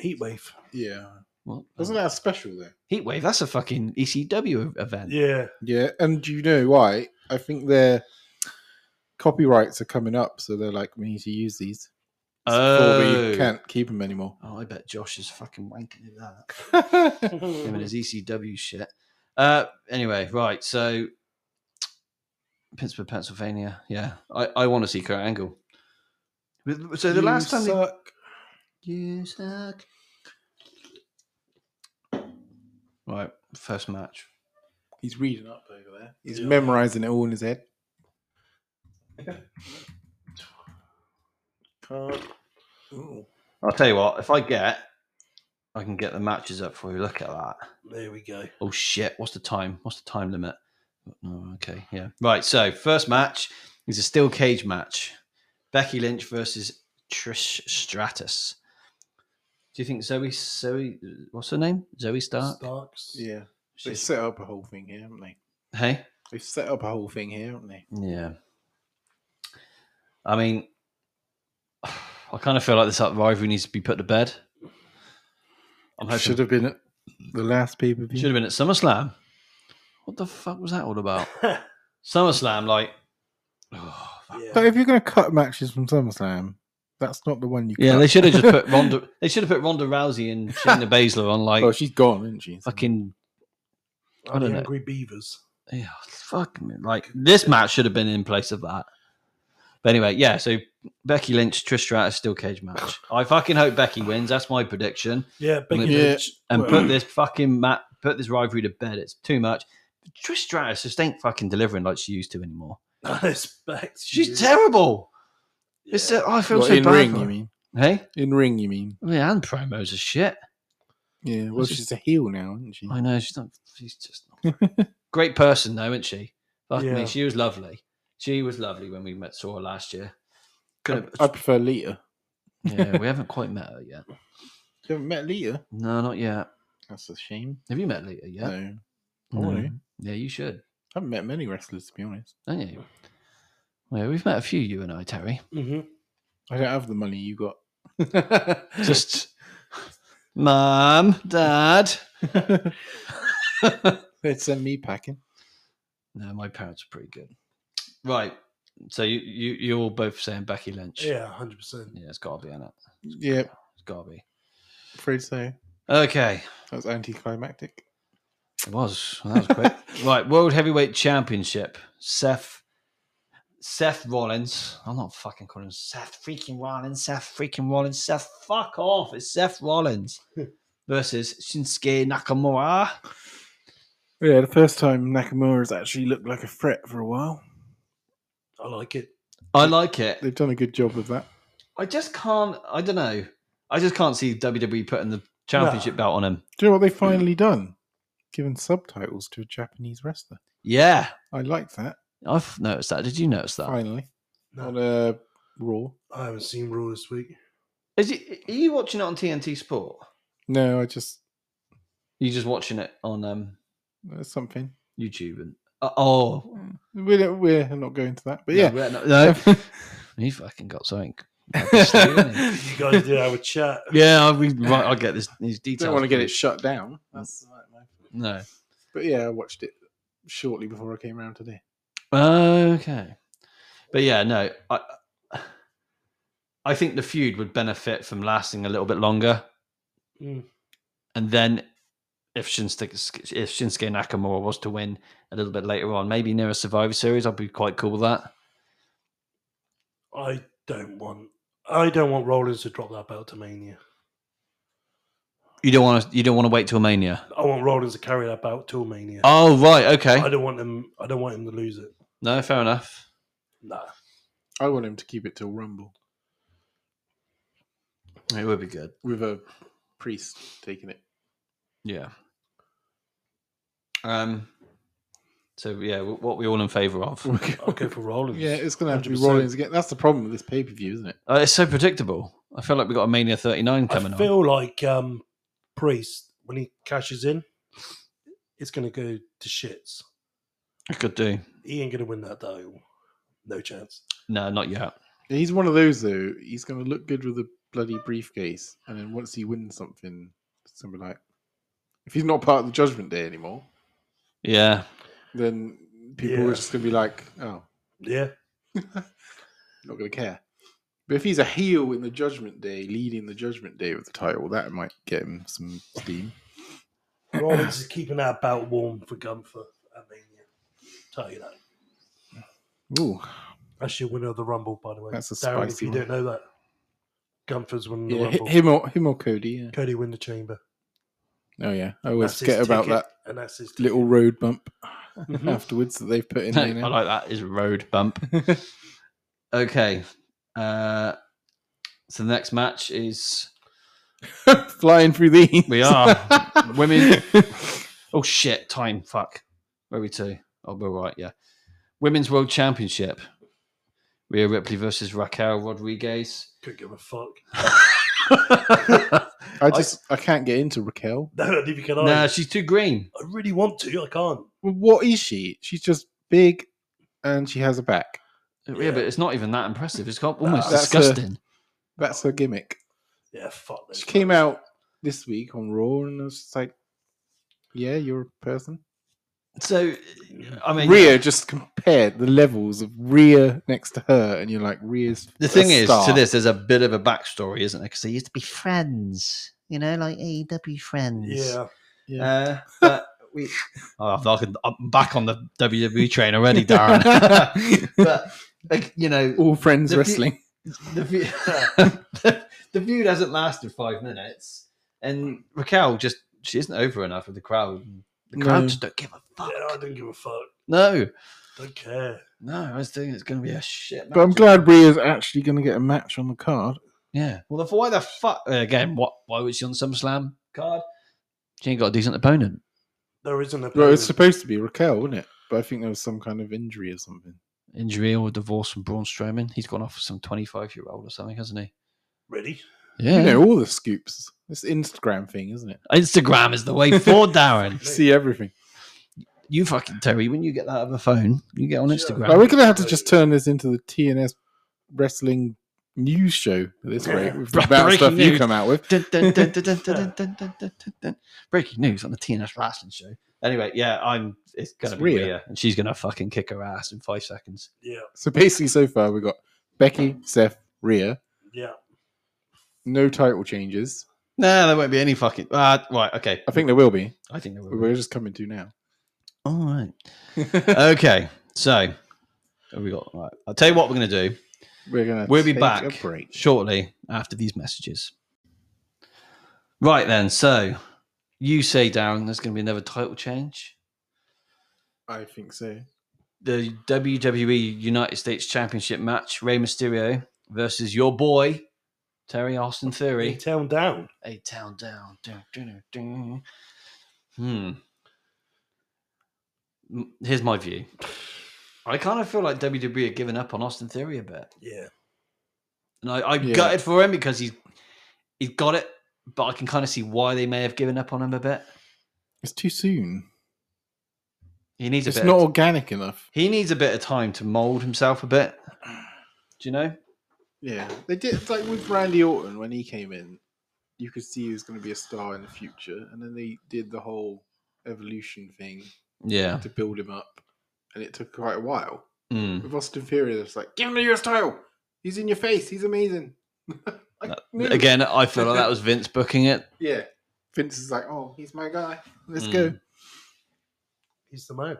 [SPEAKER 3] Heatwave.
[SPEAKER 2] yeah.
[SPEAKER 1] What?
[SPEAKER 2] Wasn't that special though?
[SPEAKER 1] Heatwave, that's a fucking ECW event.
[SPEAKER 3] Yeah,
[SPEAKER 2] Yeah, and do you know why? I think their copyrights are coming up, so they're like, we need to use these before
[SPEAKER 1] Oh.
[SPEAKER 2] we can't keep them anymore.
[SPEAKER 1] oh, I bet Josh is fucking wanking at that.
[SPEAKER 2] yeah,
[SPEAKER 1] Him and his ECW shit. Uh, anyway, right, so Pittsburgh, Pennsylvania. Yeah, I, I want to see Kurt Angle. But- So the
[SPEAKER 2] You
[SPEAKER 1] last time they-
[SPEAKER 2] suck.
[SPEAKER 1] you suck. Right, first match.
[SPEAKER 2] he's reading up over there. He's
[SPEAKER 3] Yeah.
[SPEAKER 2] memorizing it all in his head.
[SPEAKER 3] Can't-
[SPEAKER 2] Ooh.
[SPEAKER 1] I'll tell you what, if I get, I can get the matches up for you. Look at that.
[SPEAKER 3] There we go.
[SPEAKER 1] Oh shit! What's the time? What's the time limit? Oh, okay, yeah. Right. So first match is a steel cage match: Becky Lynch versus Trish Stratus. Do you think Zoe Zoe what's her name? Zoe Stark.
[SPEAKER 3] Starks.
[SPEAKER 2] Yeah, they
[SPEAKER 1] She's-
[SPEAKER 2] set up a whole thing here, haven't they?
[SPEAKER 1] Hey.
[SPEAKER 2] They've set up a whole thing here, haven't they?
[SPEAKER 1] Yeah. I mean, I kind of feel like this rivalry needs to be put to bed. I'm hoping
[SPEAKER 2] Should
[SPEAKER 1] should
[SPEAKER 2] have been at the last pay per view.
[SPEAKER 1] have been at SummerSlam. What the fuck was that all about?
[SPEAKER 3] yeah.
[SPEAKER 1] SummerSlam, like. oh, fuck.
[SPEAKER 2] But if you're going to cut matches from SummerSlam, that's not the one you.
[SPEAKER 1] Yeah,
[SPEAKER 2] cut.
[SPEAKER 1] they should have just put Ronda. They should have put Ronda Rousey and Shayna Baszler on like
[SPEAKER 2] Oh, she's gone, isn't she?
[SPEAKER 1] fucking I don't
[SPEAKER 3] the
[SPEAKER 1] know.
[SPEAKER 3] Angry Beavers.
[SPEAKER 1] Yeah, fuck me. Like this match should have been in place of that. But anyway, yeah. So Becky Lynch, Trish Stratus, still cage match. I fucking hope Becky wins. That's my prediction.
[SPEAKER 3] Yeah, Becky
[SPEAKER 1] Yeah.
[SPEAKER 3] Lynch.
[SPEAKER 1] And
[SPEAKER 3] Well,
[SPEAKER 1] put this fucking mat, put this rivalry to bed. It's too much. Trish Stratus just ain't fucking delivering like she used to anymore.
[SPEAKER 3] I expect
[SPEAKER 1] She's
[SPEAKER 3] you.
[SPEAKER 1] terrible. It's uh, I feel
[SPEAKER 2] What,
[SPEAKER 1] so
[SPEAKER 2] in
[SPEAKER 1] bad.
[SPEAKER 2] ring,
[SPEAKER 1] for
[SPEAKER 2] you
[SPEAKER 1] her.
[SPEAKER 2] mean?
[SPEAKER 1] Hey,
[SPEAKER 2] In ring, you mean?
[SPEAKER 1] I mean, and promos are shit.
[SPEAKER 2] Yeah. Well,
[SPEAKER 1] She's-
[SPEAKER 2] she's a heel now, isn't she?
[SPEAKER 1] I know she's not. She's just not great person, though, isn't she? Fuck
[SPEAKER 3] Yeah.
[SPEAKER 1] me, she was lovely. She was lovely when we met saw her last year. Could've-
[SPEAKER 2] I, I prefer Lita.
[SPEAKER 1] yeah, we haven't quite met her yet.
[SPEAKER 2] You haven't met Lita.
[SPEAKER 1] No, not yet.
[SPEAKER 2] That's a shame.
[SPEAKER 1] Have you met Lita yet?
[SPEAKER 2] No, I want to.
[SPEAKER 1] Yeah, you should.
[SPEAKER 2] I haven't met many wrestlers to be honest.
[SPEAKER 1] Don't you? Yeah, we've met a few, you and I, Terry.
[SPEAKER 3] Mhm.
[SPEAKER 2] I don't have the money you got.
[SPEAKER 1] Just, Mum, Dad.
[SPEAKER 2] they'd send me packing.
[SPEAKER 1] No, my parents are pretty good. Right. So you, you, you're all both saying Becky Lynch.
[SPEAKER 3] Yeah, hundred percent.
[SPEAKER 1] Yeah, it's got to be in it.
[SPEAKER 2] Yeah,
[SPEAKER 1] It's got to be.
[SPEAKER 2] afraid so.
[SPEAKER 1] Okay.
[SPEAKER 2] That's anticlimactic.
[SPEAKER 1] It was. That was quick. right, World Heavyweight Championship. Seth Seth Rollins. I'm not fucking calling him Seth freaking Rollins. Seth freaking Rollins. Seth, fuck off. It's Seth Rollins versus Shinsuke Nakamura.
[SPEAKER 2] Yeah, the first time Nakamura's actually looked like a threat for a while.
[SPEAKER 3] I like it.
[SPEAKER 1] I like it.
[SPEAKER 2] They've done a good job of that.
[SPEAKER 1] I just can't. I don't know. I just can't see WWE putting the championship belt on him.
[SPEAKER 2] Do you know what they finally done? Given subtitles to a Japanese wrestler.
[SPEAKER 1] Yeah,
[SPEAKER 2] I like that.
[SPEAKER 1] I've noticed that. Did you notice that?
[SPEAKER 2] Finally,
[SPEAKER 3] No,
[SPEAKER 2] on uh, Raw.
[SPEAKER 3] I haven't seen Raw this week.
[SPEAKER 1] Is it, are you watching it on TNT Sport?
[SPEAKER 2] No, I just
[SPEAKER 1] Are you just watching it on um,
[SPEAKER 2] that's uh, something.
[SPEAKER 1] YouTube? And uh, oh,
[SPEAKER 2] We're we're not going to that, but
[SPEAKER 1] No,
[SPEAKER 2] yeah.
[SPEAKER 1] we're not- no. he fucking got something. yeah,
[SPEAKER 3] You guys did have a chat.
[SPEAKER 1] I, we, right, I'll get this, these details.
[SPEAKER 2] don't want to get it
[SPEAKER 1] please.
[SPEAKER 2] shut down. That's
[SPEAKER 1] No.
[SPEAKER 2] But yeah, I watched it shortly before I came around today.
[SPEAKER 1] Okay. But yeah, no. I I think the feud would benefit from lasting a little bit longer.
[SPEAKER 3] Mm.
[SPEAKER 1] And then if Shinsuke, if Shinsuke Nakamura was to win a little bit later on, maybe near a Survivor Series, I'd be quite cool with that.
[SPEAKER 3] I don't want. I don't want Rollins to drop that belt to Mania.
[SPEAKER 1] You don't want to. You don't want to wait till Mania.
[SPEAKER 3] I want Rollins to carry that belt to Mania.
[SPEAKER 1] Oh right, okay.
[SPEAKER 3] I don't want him. I don't want him to lose it.
[SPEAKER 1] No, fair enough.
[SPEAKER 3] Nah.
[SPEAKER 2] I want him to keep it till Rumble
[SPEAKER 1] It would be good.
[SPEAKER 2] with a priest taking it.
[SPEAKER 1] Yeah. Um. So yeah, wh- what we all in favour of?
[SPEAKER 3] I'll go for Rollins.
[SPEAKER 2] Yeah, it's going to have to be
[SPEAKER 3] 100%.
[SPEAKER 2] Rollins again. That's the problem with this pay per view, isn't it?
[SPEAKER 1] Uh, it's so predictable. I feel like we got a Mania 39
[SPEAKER 3] I
[SPEAKER 1] coming on.
[SPEAKER 3] feel like um, Priest when he cashes in, it's going to go to shits.
[SPEAKER 1] It could do.
[SPEAKER 3] He ain't going to win that title. No chance.
[SPEAKER 1] No, not yet.
[SPEAKER 2] He's one of those though. He's going to look good with a bloody briefcase, and then once he wins something, something like if he's not part of the Judgment Day anymore,
[SPEAKER 1] Yeah.
[SPEAKER 2] then people
[SPEAKER 3] Yeah.
[SPEAKER 2] are just going to be like, "Oh,
[SPEAKER 3] Yeah.
[SPEAKER 2] not going to care." But if he's a heel in the Judgment Day, leading the Judgment Day with the title, that might get him some steam.
[SPEAKER 3] Rollins is keeping that belt warm for Gunther at Mania. Tell you that.
[SPEAKER 2] Ooh,
[SPEAKER 3] That's your winner of the Rumble, by the way.
[SPEAKER 2] That's a
[SPEAKER 3] Darren, if
[SPEAKER 2] spicy
[SPEAKER 3] you
[SPEAKER 2] one.
[SPEAKER 3] don't know that, Gunther's winning the
[SPEAKER 2] yeah, hi-
[SPEAKER 3] Rumble.
[SPEAKER 2] him or him or Cody. Yeah.
[SPEAKER 3] Cody win the chamber.
[SPEAKER 2] Oh yeah, I always
[SPEAKER 3] That's his
[SPEAKER 2] forget about
[SPEAKER 3] ticket,
[SPEAKER 2] that
[SPEAKER 3] And that's his ticket.
[SPEAKER 2] little road bump
[SPEAKER 3] Mhm.
[SPEAKER 2] afterwards that they've put in
[SPEAKER 1] I
[SPEAKER 2] there. now.
[SPEAKER 1] like that. Is a road bump. okay. Uh, so the next match is
[SPEAKER 2] Flying through these.
[SPEAKER 1] we are women. Oh shit! Time. Fuck. Where are we to? Oh, we're right. Yeah. Women's World Championship. Rhea Ripley versus Raquel Rodriguez.
[SPEAKER 3] Couldn't give a fuck.
[SPEAKER 2] I just I, can't get into Raquel.
[SPEAKER 3] No, neither can I.
[SPEAKER 1] Nah, she's too green.
[SPEAKER 3] I really want to. I can't.
[SPEAKER 2] Well, what is she? She's just big, and she has a back.
[SPEAKER 1] Yeah,
[SPEAKER 3] Yeah.
[SPEAKER 1] but it's not even that impressive. It's got almost
[SPEAKER 2] that's a-
[SPEAKER 1] disgusting.
[SPEAKER 2] That's her gimmick.
[SPEAKER 3] Yeah, fuck this.
[SPEAKER 2] She came out this week on Raw, and I was just like, "Yeah, you're a person."
[SPEAKER 1] So, I mean,
[SPEAKER 2] Rhea just compared the levels of Rhea next to her, and you're like, "Rhea's
[SPEAKER 1] The
[SPEAKER 2] a
[SPEAKER 1] thing is, to
[SPEAKER 2] star."
[SPEAKER 1] this, there's a bit of a backstory, isn't there? Because they used to be E friends, you know, like AEW friends.
[SPEAKER 3] Yeah.
[SPEAKER 1] Uh, but we. Oh, I'm fucking- I'm back on the WWE train already, Darren. but like, you know,
[SPEAKER 2] All friends
[SPEAKER 1] The fe-
[SPEAKER 2] wrestling.
[SPEAKER 1] the, view, the, feud hasn't lasted five minutes, and Raquel just she isn't over enough with the crowd. The crowd
[SPEAKER 2] No.
[SPEAKER 1] just don't give a fuck.
[SPEAKER 3] Yeah, I don't give a fuck.
[SPEAKER 1] No,
[SPEAKER 3] Don't care.
[SPEAKER 1] no, I was thinking it's going to be a shit.
[SPEAKER 2] But I'm
[SPEAKER 1] match.
[SPEAKER 2] glad Rhea's actually going to get a match on the card.
[SPEAKER 1] Yeah. Well, the, why the fuck uh, again? What? Why was she on SummerSlam card? She ain't got a decent opponent.
[SPEAKER 3] There isn't a.
[SPEAKER 2] Well, it's supposed to be Raquel, wasn't it? But I think there was some kind of injury or something.
[SPEAKER 1] Injury or divorce from Braun Strowman. He's gone off with some 25 year old or something, hasn't he?
[SPEAKER 3] ready.
[SPEAKER 1] Yeah.
[SPEAKER 2] You know, all the scoops. This Instagram thing, isn't it?
[SPEAKER 1] Instagram is the way forward, Darren.
[SPEAKER 2] You see everything.
[SPEAKER 1] You fucking Terry, when you get that other phone, you get on
[SPEAKER 3] Sure.
[SPEAKER 1] Instagram.
[SPEAKER 2] Like, we're going to have to just turn this into the TNS wrestling news show at this rate with the
[SPEAKER 1] Breaking
[SPEAKER 2] bad stuff you
[SPEAKER 1] news.
[SPEAKER 2] come out with.
[SPEAKER 1] Dun, dun, dun, dun, dun, dun, dun, dun, dun, dun, dun. Breaking news on the TNS wrestling show. Anyway, yeah, I'm. It's gonna
[SPEAKER 2] It's
[SPEAKER 1] be
[SPEAKER 2] Rhea.
[SPEAKER 1] Rhea, and she's gonna fucking kick her ass in five seconds.
[SPEAKER 3] Yeah,
[SPEAKER 2] So basically, so far, we've got Becky, Seth, Rhea.
[SPEAKER 3] yeah.
[SPEAKER 2] No title changes.
[SPEAKER 1] No, there won't be any fucking. Uh, right, okay.
[SPEAKER 2] I think there will be.
[SPEAKER 1] I think there will. Be.
[SPEAKER 2] We're just coming to now.
[SPEAKER 1] All right. okay, so what we got. Right, I'll tell you what we're gonna do.
[SPEAKER 2] We're going to
[SPEAKER 1] We'll be
[SPEAKER 2] A
[SPEAKER 1] back
[SPEAKER 2] break.
[SPEAKER 1] shortly after these messages. Right then, so you say, Darren, there's going to be another title change.
[SPEAKER 2] I think so.
[SPEAKER 1] The WWE United States Championship match, Rey Mysterio versus your boy, Terry Austin Theory.
[SPEAKER 3] Town down.
[SPEAKER 1] A town down. Dun, dun, dun, dun. Hmm. M- Here's my view. I kind of feel like WWE are giving up on Austin Theory a bit.
[SPEAKER 3] Yeah,
[SPEAKER 1] And I, I'm
[SPEAKER 2] Yeah.
[SPEAKER 1] gutted for him because he's he's got it, but I can kind of see why they may have given up on him a bit.
[SPEAKER 2] It's too soon.
[SPEAKER 1] He needs a
[SPEAKER 2] It's
[SPEAKER 1] bit.
[SPEAKER 2] not
[SPEAKER 1] of-
[SPEAKER 2] organic enough.
[SPEAKER 1] he needs a bit of time to mold himself a bit. Do you know?
[SPEAKER 2] Yeah, they did. It's like with Randy Orton when he came in, you could see he was going to be a star in the future, and then they did the whole evolution thing
[SPEAKER 1] Yeah.
[SPEAKER 2] to build him up, and it took quite a while.
[SPEAKER 1] Mm.
[SPEAKER 2] With Austin Fury, it's like give him the US title. He's in your face. He's amazing. Like, no.
[SPEAKER 1] Again, I feel like that was Vince booking it.
[SPEAKER 2] yeah. Vince is like, oh, he's my guy.
[SPEAKER 1] Mm,
[SPEAKER 2] Let's go.
[SPEAKER 3] he's the man.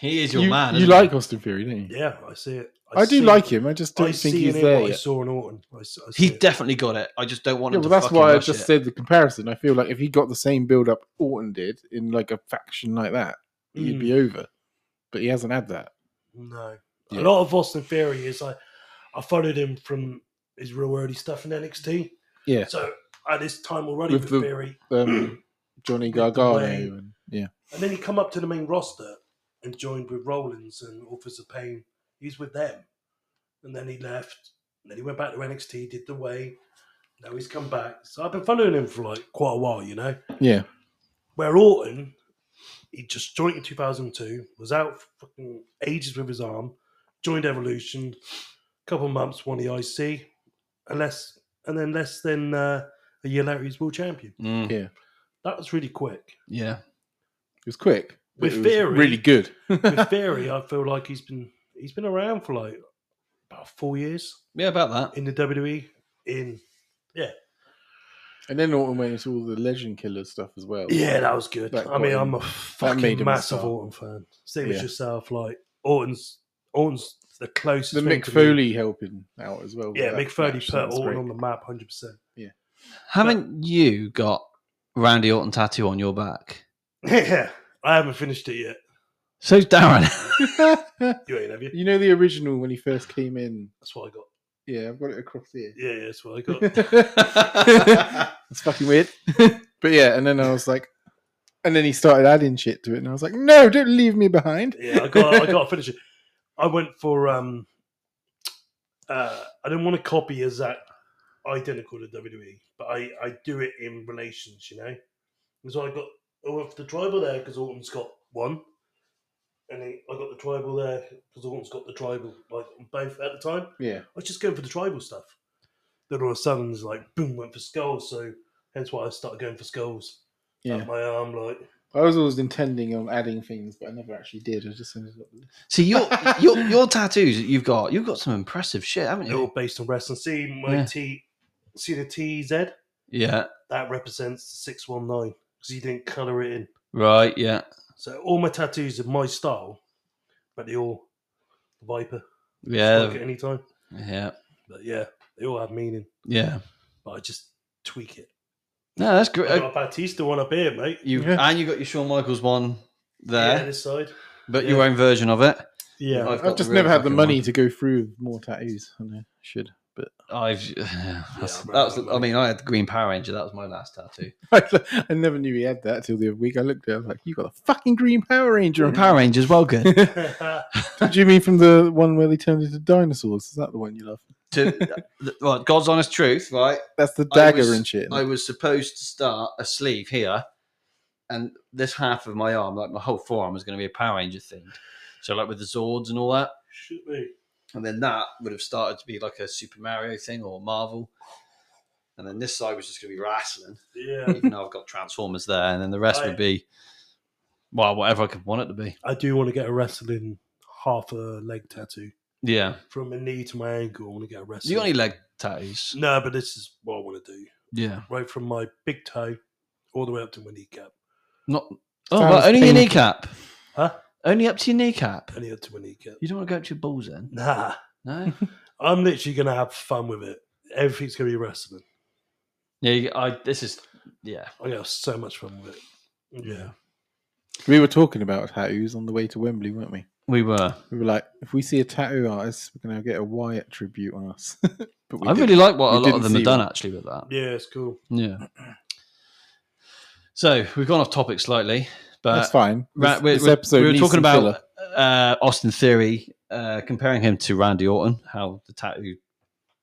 [SPEAKER 1] He is your man.
[SPEAKER 2] you
[SPEAKER 1] isn't he?
[SPEAKER 2] like Austin Fury, don't you?
[SPEAKER 3] Yeah, I see it.
[SPEAKER 2] I, do
[SPEAKER 3] see-
[SPEAKER 2] like him. I just don't
[SPEAKER 3] I
[SPEAKER 2] think
[SPEAKER 3] see
[SPEAKER 2] he's
[SPEAKER 3] in him
[SPEAKER 2] there.
[SPEAKER 3] what I
[SPEAKER 2] yet.
[SPEAKER 3] saw in Orton. I, s- I see
[SPEAKER 1] He's
[SPEAKER 3] it.
[SPEAKER 1] definitely got it. I just don't want
[SPEAKER 2] Yeah,
[SPEAKER 1] him
[SPEAKER 2] well,
[SPEAKER 1] to
[SPEAKER 2] that's
[SPEAKER 1] fucking
[SPEAKER 2] why I
[SPEAKER 1] rush
[SPEAKER 2] just
[SPEAKER 1] it.
[SPEAKER 2] said the comparison. I feel like if he got the same build up Orton did in like a faction like that, he'd
[SPEAKER 3] Mm.
[SPEAKER 2] be over. But he hasn't had that.
[SPEAKER 3] No,
[SPEAKER 2] Yeah.
[SPEAKER 3] a lot of Austin Theory is I, I followed him from his real early stuff in NXT.
[SPEAKER 2] Yeah.
[SPEAKER 3] So at this time already
[SPEAKER 2] With
[SPEAKER 3] with,
[SPEAKER 2] the-
[SPEAKER 3] Theory,
[SPEAKER 2] Um, Johnny
[SPEAKER 3] With the
[SPEAKER 2] Gargano.
[SPEAKER 3] way-
[SPEAKER 2] and- yeah.
[SPEAKER 3] and then he come up to the main roster and joined with Rollins and Authors of Pain. He's with them, and then he left. And then he went back to NXT, did the way. Now he's come back. So I've been following him for like quite a while, you know.
[SPEAKER 2] Yeah.
[SPEAKER 3] Where Orton, he just joined in 2002, was out for fucking ages with his arm, joined Evolution, couple months, won the IC, unless and then less than uh, a year later he's world champion.
[SPEAKER 1] Mm,
[SPEAKER 3] That was really quick.
[SPEAKER 1] yeah.
[SPEAKER 2] It was quick. but
[SPEAKER 3] With
[SPEAKER 2] it was
[SPEAKER 3] Theory-
[SPEAKER 2] Really good.
[SPEAKER 3] With Theory, I feel like he's been he's been around for like about four years
[SPEAKER 1] Yeah, about that.
[SPEAKER 3] in the WWE. In
[SPEAKER 2] and then Orton went into all the legend killer stuff as well.
[SPEAKER 3] yeah, that was good.
[SPEAKER 2] That
[SPEAKER 3] I mean,
[SPEAKER 2] got him-
[SPEAKER 3] I'm a
[SPEAKER 2] made him
[SPEAKER 3] fucking
[SPEAKER 2] a
[SPEAKER 3] massive
[SPEAKER 2] star.
[SPEAKER 3] Orton fan. Same
[SPEAKER 2] Yeah.
[SPEAKER 3] as yourself, like Orton's Orton's the closest.
[SPEAKER 2] The
[SPEAKER 3] thing
[SPEAKER 2] Mick
[SPEAKER 3] to me.
[SPEAKER 2] Foley helping out as well. with
[SPEAKER 3] Yeah,
[SPEAKER 2] that
[SPEAKER 3] Mick Foley
[SPEAKER 2] match,
[SPEAKER 3] put
[SPEAKER 2] that was
[SPEAKER 3] Orton
[SPEAKER 2] great.
[SPEAKER 3] on the map 100%.
[SPEAKER 1] Haven't you got Randy Orton tattoo on your back?
[SPEAKER 3] Yeah, I haven't finished it yet.
[SPEAKER 1] So's Darren.
[SPEAKER 3] You ain't, have you?
[SPEAKER 2] you know the original when he first came in.
[SPEAKER 3] That's what I got.
[SPEAKER 2] Yeah, I've got it across here.
[SPEAKER 3] Yeah, yeah, that's what I got.
[SPEAKER 2] it's fucking weird. but yeah, and then I was like, and then he started adding shit to it, and I was like, no, don't leave me behind.
[SPEAKER 3] yeah, I got, I got to finish it. I went for, um, uh, I didn't want to copy as that identical to WWE, but I, I do it in relations, you know? And so I got, oh, I've the tribal there because Orton's got one. And then I got the tribal there because Orton's got the tribal, like on both at the time.
[SPEAKER 2] Yeah,
[SPEAKER 3] I was just going for the tribal stuff. Then all of a sudden, it's like boom, went for skulls. So hence why I started going for skulls.
[SPEAKER 2] Yeah.
[SPEAKER 3] Up my arm, like
[SPEAKER 2] I was always intending on adding things, but I never actually did. I just ended up. With...
[SPEAKER 1] See your your your tattoos that you've got, you've got some impressive shit, haven't
[SPEAKER 3] they're all
[SPEAKER 1] you?
[SPEAKER 3] based on wrestling. See my
[SPEAKER 1] Yeah.
[SPEAKER 3] T, see the T Z
[SPEAKER 1] Yeah.
[SPEAKER 3] that represents the six one nine because he didn't color it in.
[SPEAKER 1] Right, yeah.
[SPEAKER 3] So all my tattoos are my style, but they all Viper. Strike
[SPEAKER 1] Yeah.
[SPEAKER 3] at any time.
[SPEAKER 1] Yeah.
[SPEAKER 3] But yeah, they all have meaning.
[SPEAKER 1] Yeah.
[SPEAKER 3] But I just tweak it.
[SPEAKER 1] No, that's great.
[SPEAKER 3] I got a Batista one up here, mate.
[SPEAKER 1] uh, You
[SPEAKER 2] Yeah.
[SPEAKER 1] and you got your Shawn Michaels one there,
[SPEAKER 3] Yeah, this side.
[SPEAKER 1] but your own version of it.
[SPEAKER 3] Yeah.
[SPEAKER 1] I've
[SPEAKER 2] I've,
[SPEAKER 1] got
[SPEAKER 2] just
[SPEAKER 1] the real
[SPEAKER 2] never had the
[SPEAKER 1] fucking
[SPEAKER 2] money
[SPEAKER 1] one.
[SPEAKER 2] to go through more tattoos. I know, I should.
[SPEAKER 1] I've that's,
[SPEAKER 3] I'm
[SPEAKER 1] that was.
[SPEAKER 3] out of
[SPEAKER 1] I
[SPEAKER 3] money.
[SPEAKER 1] mean, I had the Green Power Ranger. That was my last tattoo.
[SPEAKER 2] I never knew he had that till the other week. I looked at it, I was like, you got a fucking green Power Ranger. on
[SPEAKER 1] Power Rangers, well good.
[SPEAKER 2] you." Did you mean from the one where they turned into dinosaurs? Is that the one you love?
[SPEAKER 1] to well, God's honest truth, right?
[SPEAKER 2] That's the
[SPEAKER 1] I
[SPEAKER 2] dagger
[SPEAKER 1] was-
[SPEAKER 2] and shit.
[SPEAKER 1] I was supposed to start a sleeve here, and this half of my arm, like my whole forearm, was going to be a Power Ranger thing. So, like with the Zords and all that,
[SPEAKER 3] Should be.
[SPEAKER 1] and then that would have started to be like a Super Mario thing or Marvel, and then this side was just going to be wrestling.
[SPEAKER 3] Yeah.
[SPEAKER 1] even though I've got Transformers there, and then the rest would
[SPEAKER 3] Right.
[SPEAKER 1] be well, whatever I could want it to be.
[SPEAKER 3] I do want to get a wrestling half a leg tattoo.
[SPEAKER 1] Yeah.
[SPEAKER 3] From my knee to my ankle, I want to get a
[SPEAKER 1] So
[SPEAKER 3] wrestling.
[SPEAKER 1] you got any leg tattoos?
[SPEAKER 3] No, but this is what I want to do.
[SPEAKER 1] Yeah.
[SPEAKER 3] Right from my big toe all the way up to my kneecap.
[SPEAKER 1] Not oh,
[SPEAKER 2] Sounds
[SPEAKER 1] well, only your
[SPEAKER 2] painful.
[SPEAKER 1] kneecap.
[SPEAKER 3] Huh?
[SPEAKER 1] Only up to your kneecap.
[SPEAKER 3] Only up to my kneecap.
[SPEAKER 1] You don't want to go up to your balls then?
[SPEAKER 3] Nah.
[SPEAKER 1] No.
[SPEAKER 3] I'm literally going to have fun with it. Everything's going to be wrestling.
[SPEAKER 1] yeah. You, I. This is. Yeah.
[SPEAKER 3] I have so much fun with it. Yeah.
[SPEAKER 2] We were talking about tattoos on the way to Wembley, weren't we?
[SPEAKER 1] We were.
[SPEAKER 2] We were like, if we see a tattoo artist, we're gonna get a Wyatt tribute on us. but we
[SPEAKER 1] I
[SPEAKER 2] didn't.
[SPEAKER 1] really like what
[SPEAKER 2] we
[SPEAKER 1] a lot of
[SPEAKER 2] didn't
[SPEAKER 1] them have
[SPEAKER 2] see
[SPEAKER 1] done
[SPEAKER 2] one.
[SPEAKER 1] actually with that.
[SPEAKER 3] Yeah, it's cool.
[SPEAKER 1] Yeah. So we've gone off topic slightly, but
[SPEAKER 2] that's fine.
[SPEAKER 1] Ra-
[SPEAKER 2] This,
[SPEAKER 1] we're,
[SPEAKER 2] this
[SPEAKER 1] we're-
[SPEAKER 2] episode
[SPEAKER 1] we were
[SPEAKER 2] needs
[SPEAKER 1] talking
[SPEAKER 2] some
[SPEAKER 1] about
[SPEAKER 2] filler.
[SPEAKER 1] uh, Austin Theory, uh, comparing him to Randy Orton, how the tattoo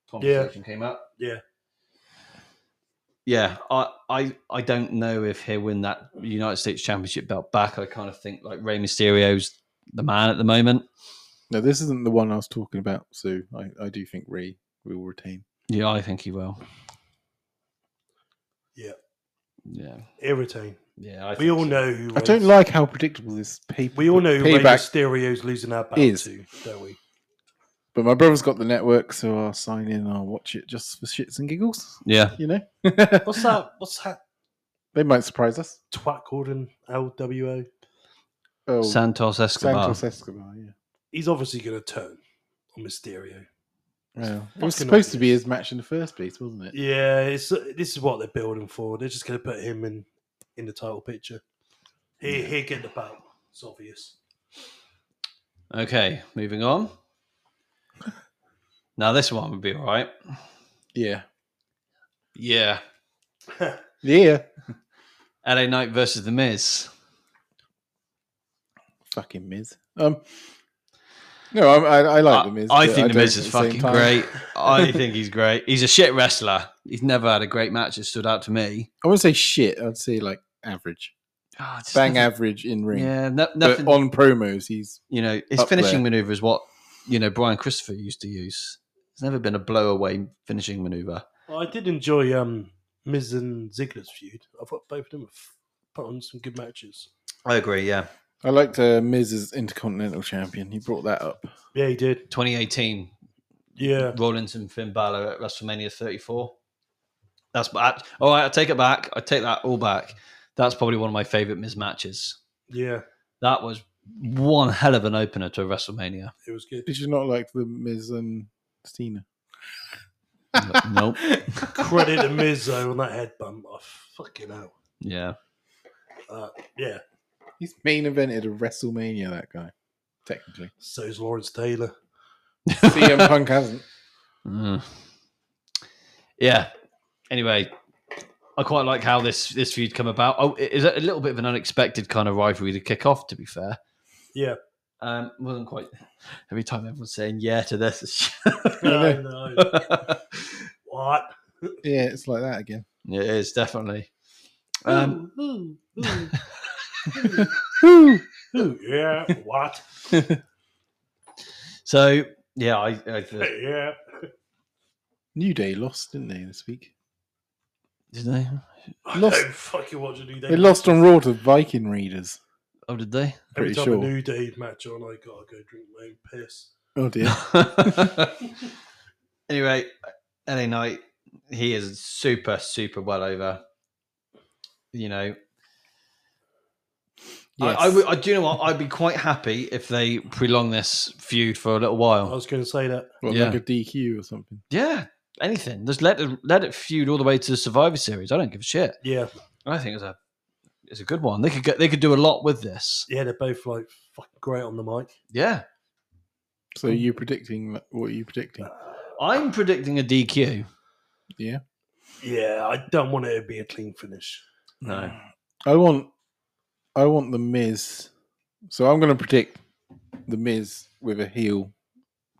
[SPEAKER 1] conversation came up.
[SPEAKER 3] Yeah.
[SPEAKER 1] Yeah, I, I I don't know if he'll win that United States Championship belt back. I kind of think like Rey Mysterio's the man at the moment.
[SPEAKER 2] No, this isn't the one I was talking about. So I, I do think Ray will retain.
[SPEAKER 1] Yeah, I think he will.
[SPEAKER 3] Yeah.
[SPEAKER 1] Yeah.
[SPEAKER 3] Irritating.
[SPEAKER 1] Yeah. I
[SPEAKER 3] We
[SPEAKER 1] think
[SPEAKER 3] all
[SPEAKER 1] so.
[SPEAKER 3] know who.
[SPEAKER 2] I don't like how predictable this paper.
[SPEAKER 3] We all know who Rey
[SPEAKER 2] payback.
[SPEAKER 3] Mysterio's losing our battle
[SPEAKER 2] is.
[SPEAKER 3] to, don't we?
[SPEAKER 2] But my brother's got the network, so I'll sign in. I'll watch it just for shits and giggles.
[SPEAKER 1] Yeah.
[SPEAKER 2] You know,
[SPEAKER 3] What's that? What's that
[SPEAKER 2] they might surprise us.
[SPEAKER 3] twat called in LWO?
[SPEAKER 2] Oh,
[SPEAKER 1] Santos Escobar.
[SPEAKER 2] Santos Escobar. Yeah.
[SPEAKER 3] He's obviously going to turn on Mysterio.
[SPEAKER 2] Well, it was
[SPEAKER 3] fucking
[SPEAKER 2] supposed to be
[SPEAKER 3] obvious.
[SPEAKER 2] his match in the first place, wasn't it?
[SPEAKER 3] Yeah, it's this is what they're building for. They're just going to put him in in the title picture. He he get the belt. It's obvious.
[SPEAKER 1] Okay, moving on. Now this one would be all right.
[SPEAKER 2] Yeah.
[SPEAKER 1] Yeah.
[SPEAKER 2] Yeah.
[SPEAKER 1] LA Knight versus The Miz.
[SPEAKER 2] Fucking Miz. Um, no, I, I, I like the Miz.
[SPEAKER 1] I, I
[SPEAKER 2] but
[SPEAKER 1] think the
[SPEAKER 2] don't
[SPEAKER 1] Miz
[SPEAKER 2] at
[SPEAKER 1] is
[SPEAKER 2] the same
[SPEAKER 1] fucking
[SPEAKER 2] time.
[SPEAKER 1] great. I think he's great. He's a shit wrestler. He's never had a great match that stood out to me.
[SPEAKER 2] I wouldn't say shit. I'd say like average,
[SPEAKER 1] Ah, just
[SPEAKER 2] bang
[SPEAKER 1] nothing-
[SPEAKER 2] average in ring.
[SPEAKER 1] Yeah, no,
[SPEAKER 2] But
[SPEAKER 1] nothing.
[SPEAKER 2] on promos, he's
[SPEAKER 1] you know, his
[SPEAKER 2] up
[SPEAKER 1] finishing
[SPEAKER 2] there.
[SPEAKER 1] maneuver is what you know Brian Christopher used to use. There's never been a blow away finishing maneuver.
[SPEAKER 3] Well, I did enjoy um Miz and Ziggler's feud. I thought both of them have put on some good matches.
[SPEAKER 1] I agree. Yeah,
[SPEAKER 2] I liked uh, Miz as Intercontinental Champion. He brought that up.
[SPEAKER 3] Yeah, he did.
[SPEAKER 1] 2018,
[SPEAKER 3] Yeah,
[SPEAKER 1] Rollins and Finn Balor at WrestleMania 34. That's bad. All right, I take it back. I take that all back. That's probably one of my favorite Miz matches.
[SPEAKER 3] yeah,
[SPEAKER 1] That was one hell of an opener to a WrestleMania.
[SPEAKER 3] it was good.
[SPEAKER 2] Did you not like the Miz and Cena?
[SPEAKER 1] nope.
[SPEAKER 3] Credit to Miz though on that head bump. Oh, fucking hell.
[SPEAKER 1] Yeah.
[SPEAKER 3] Uh, yeah,
[SPEAKER 2] He's main evented a WrestleMania. That guy, technically,
[SPEAKER 3] so's Lawrence Taylor.
[SPEAKER 2] CM Punk hasn't.
[SPEAKER 1] Mm. Yeah. Anyway, I quite like how this this feud come about. Oh, it is a little bit of an unexpected kind of rivalry to kick off. To be fair,
[SPEAKER 3] Yeah.
[SPEAKER 1] um, wasn't quite. Every time everyone's saying yeah to this,
[SPEAKER 3] No,
[SPEAKER 2] No,
[SPEAKER 3] no.
[SPEAKER 1] it
[SPEAKER 3] What?
[SPEAKER 2] Yeah, it's like that again.
[SPEAKER 1] is definitely. Um,
[SPEAKER 3] Ooh, ooh, ooh. Ooh, yeah, what?
[SPEAKER 1] so yeah, I, I
[SPEAKER 3] Yeah.
[SPEAKER 2] New Day lost, didn't they, this week?
[SPEAKER 1] did they?
[SPEAKER 3] I
[SPEAKER 2] Lost-
[SPEAKER 3] don't fucking watch a New Day.
[SPEAKER 2] They lost on Raw to Viking Raiders.
[SPEAKER 1] Oh, did they?
[SPEAKER 2] pretty
[SPEAKER 3] Every time
[SPEAKER 2] sure.
[SPEAKER 3] a New Day match on, I gotta go drink my own piss.
[SPEAKER 2] Oh dear.
[SPEAKER 1] anyway, LA Knight, he is super, super well over. You know, I- I, would- I- do you know what? I'd be quite happy if they prolong this feud for a little
[SPEAKER 3] I
[SPEAKER 2] Oh.
[SPEAKER 1] while.
[SPEAKER 3] was going to say that.
[SPEAKER 2] What,
[SPEAKER 1] Yeah.
[SPEAKER 2] like a DQ or something.
[SPEAKER 1] Yeah, anything. Just let it, let it feud all the way to the Survivor Series. I don't give a shit.
[SPEAKER 3] Yeah,
[SPEAKER 1] I think it's a it's a good one. They could get, they could do a lot with this.
[SPEAKER 3] yeah, they're both like fucking great on the mic.
[SPEAKER 1] Yeah,
[SPEAKER 2] So are you predicting that- what are you predicting?
[SPEAKER 1] I'm predicting a DQ.
[SPEAKER 3] Yeah, I don't want it to be a clean finish.
[SPEAKER 1] No,
[SPEAKER 2] I want I want the Miz. So I'm gonna predict the Miz with a heel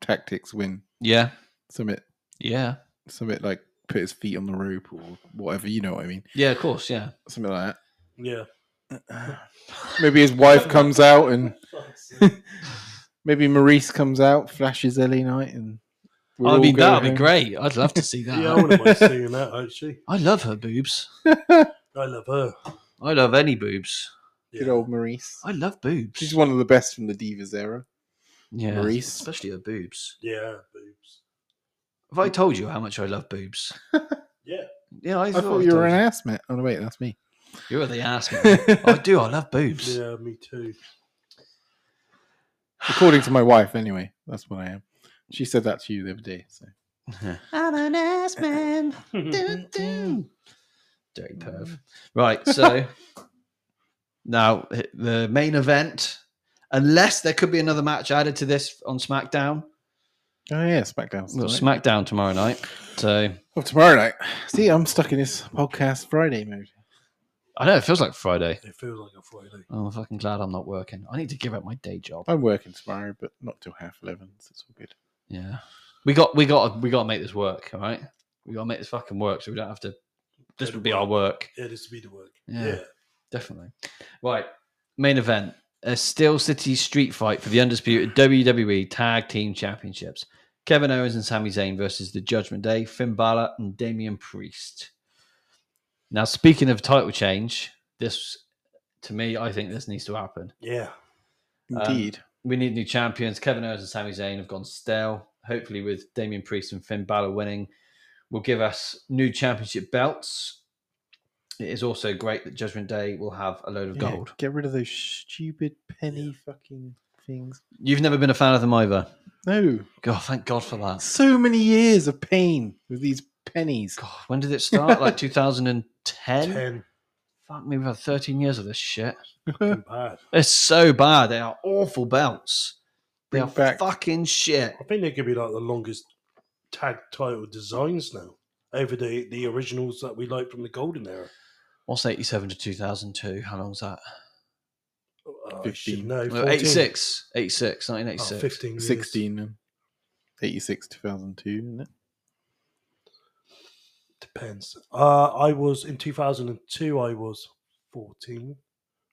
[SPEAKER 2] tactics win.
[SPEAKER 1] yeah,
[SPEAKER 2] Summit
[SPEAKER 1] yeah,
[SPEAKER 2] summit like put his feet on the rope or whatever, you know what I mean.
[SPEAKER 1] yeah. Of course, yeah.
[SPEAKER 2] Something like
[SPEAKER 3] Yeah.
[SPEAKER 2] that. Maybe his wife comes out and maybe Maurice comes out, flashes LA Knight and we're
[SPEAKER 1] I
[SPEAKER 2] all
[SPEAKER 1] mean,
[SPEAKER 2] going
[SPEAKER 1] that'd be
[SPEAKER 2] home.
[SPEAKER 1] great. I'd love to see that.
[SPEAKER 3] yeah, I wouldn't mind seeing that actually.
[SPEAKER 1] I love her boobs.
[SPEAKER 3] I love her.
[SPEAKER 1] I love any boobs.
[SPEAKER 3] Yeah.
[SPEAKER 2] Good old Maurice.
[SPEAKER 1] I love boobs.
[SPEAKER 2] She's one of the best from the Divas era.
[SPEAKER 1] yeah,
[SPEAKER 2] Maurice.
[SPEAKER 1] especially her boobs.
[SPEAKER 3] yeah, boobs.
[SPEAKER 1] Have I told you how much I love boobs?
[SPEAKER 3] Yeah.
[SPEAKER 1] Yeah, I,
[SPEAKER 2] I thought
[SPEAKER 1] I
[SPEAKER 2] you were
[SPEAKER 1] told
[SPEAKER 2] an ass man. Oh no, wait, that's me.
[SPEAKER 1] You were the ass. man. I do. I love boobs.
[SPEAKER 3] Yeah, me too.
[SPEAKER 2] According to my wife, anyway. That's what I am. She said that to you the other day. So
[SPEAKER 1] I'm an ass man.
[SPEAKER 3] yeah,
[SPEAKER 1] Dirty perv. Right. So now h- the main event, unless there could be another match added to this on SmackDown.
[SPEAKER 2] Oh yeah, SmackDown.
[SPEAKER 1] We've got SmackDown tomorrow night. So
[SPEAKER 2] oh, tomorrow night. See, I'm stuck in this podcast Friday mode.
[SPEAKER 1] I know it feels like Friday.
[SPEAKER 3] it feels like a Friday.
[SPEAKER 1] I'm fucking glad I'm not working. I need to give up my day job.
[SPEAKER 2] I'm working tomorrow, but not till half eleven, so it's all good.
[SPEAKER 1] Yeah. We got we got we got to make this work, all right? We got to make this fucking work so we don't have to this would be our work.
[SPEAKER 3] Yeah, this would be the work.
[SPEAKER 1] Yeah. Definitely. Right. Main event. A Steel City street fight for the undisputed WWE Tag Team Championships. Kevin Owens and Sami Zayn versus the Judgment Day, Finn Balor and Damian Priest. Now, speaking of title change, this to me, I think this needs to happen.
[SPEAKER 3] Yeah.
[SPEAKER 1] Um,
[SPEAKER 2] Indeed.
[SPEAKER 1] We need new champions. Kevin Owens and Sami Zayn have gone stale. Hopefully, with Damian Priest and Finn Balor winning, will give us new championship belts. It is also great that Judgment Day will have a load of
[SPEAKER 2] Yeah,
[SPEAKER 1] gold.
[SPEAKER 2] Get rid of those stupid penny fucking things.
[SPEAKER 1] You've never been a fan of them either.
[SPEAKER 2] No,
[SPEAKER 1] God, thank God for that.
[SPEAKER 2] so many years of pain with these pennies.
[SPEAKER 1] God, when did it start? like 2010?
[SPEAKER 3] 10.
[SPEAKER 1] Fuck me, we've had 13 years of this shit.
[SPEAKER 3] Fucking bad.
[SPEAKER 1] It's so bad. They are awful belts. They
[SPEAKER 2] Bring
[SPEAKER 1] are
[SPEAKER 2] back-
[SPEAKER 1] fucking shit.
[SPEAKER 3] I think they could be like the longest tag title designs now over the, the originals that we like from the golden era.
[SPEAKER 1] What's 87 to 2002? How long's that?
[SPEAKER 3] Oh, I
[SPEAKER 2] 15.
[SPEAKER 3] should know.
[SPEAKER 1] No,
[SPEAKER 3] 14.
[SPEAKER 1] 86. 86,
[SPEAKER 3] Oh,
[SPEAKER 1] 1986.
[SPEAKER 3] 15 years.
[SPEAKER 2] 16 and 86 2002 isn't it?
[SPEAKER 3] Depends. Uh, I was in 2002, I was 14.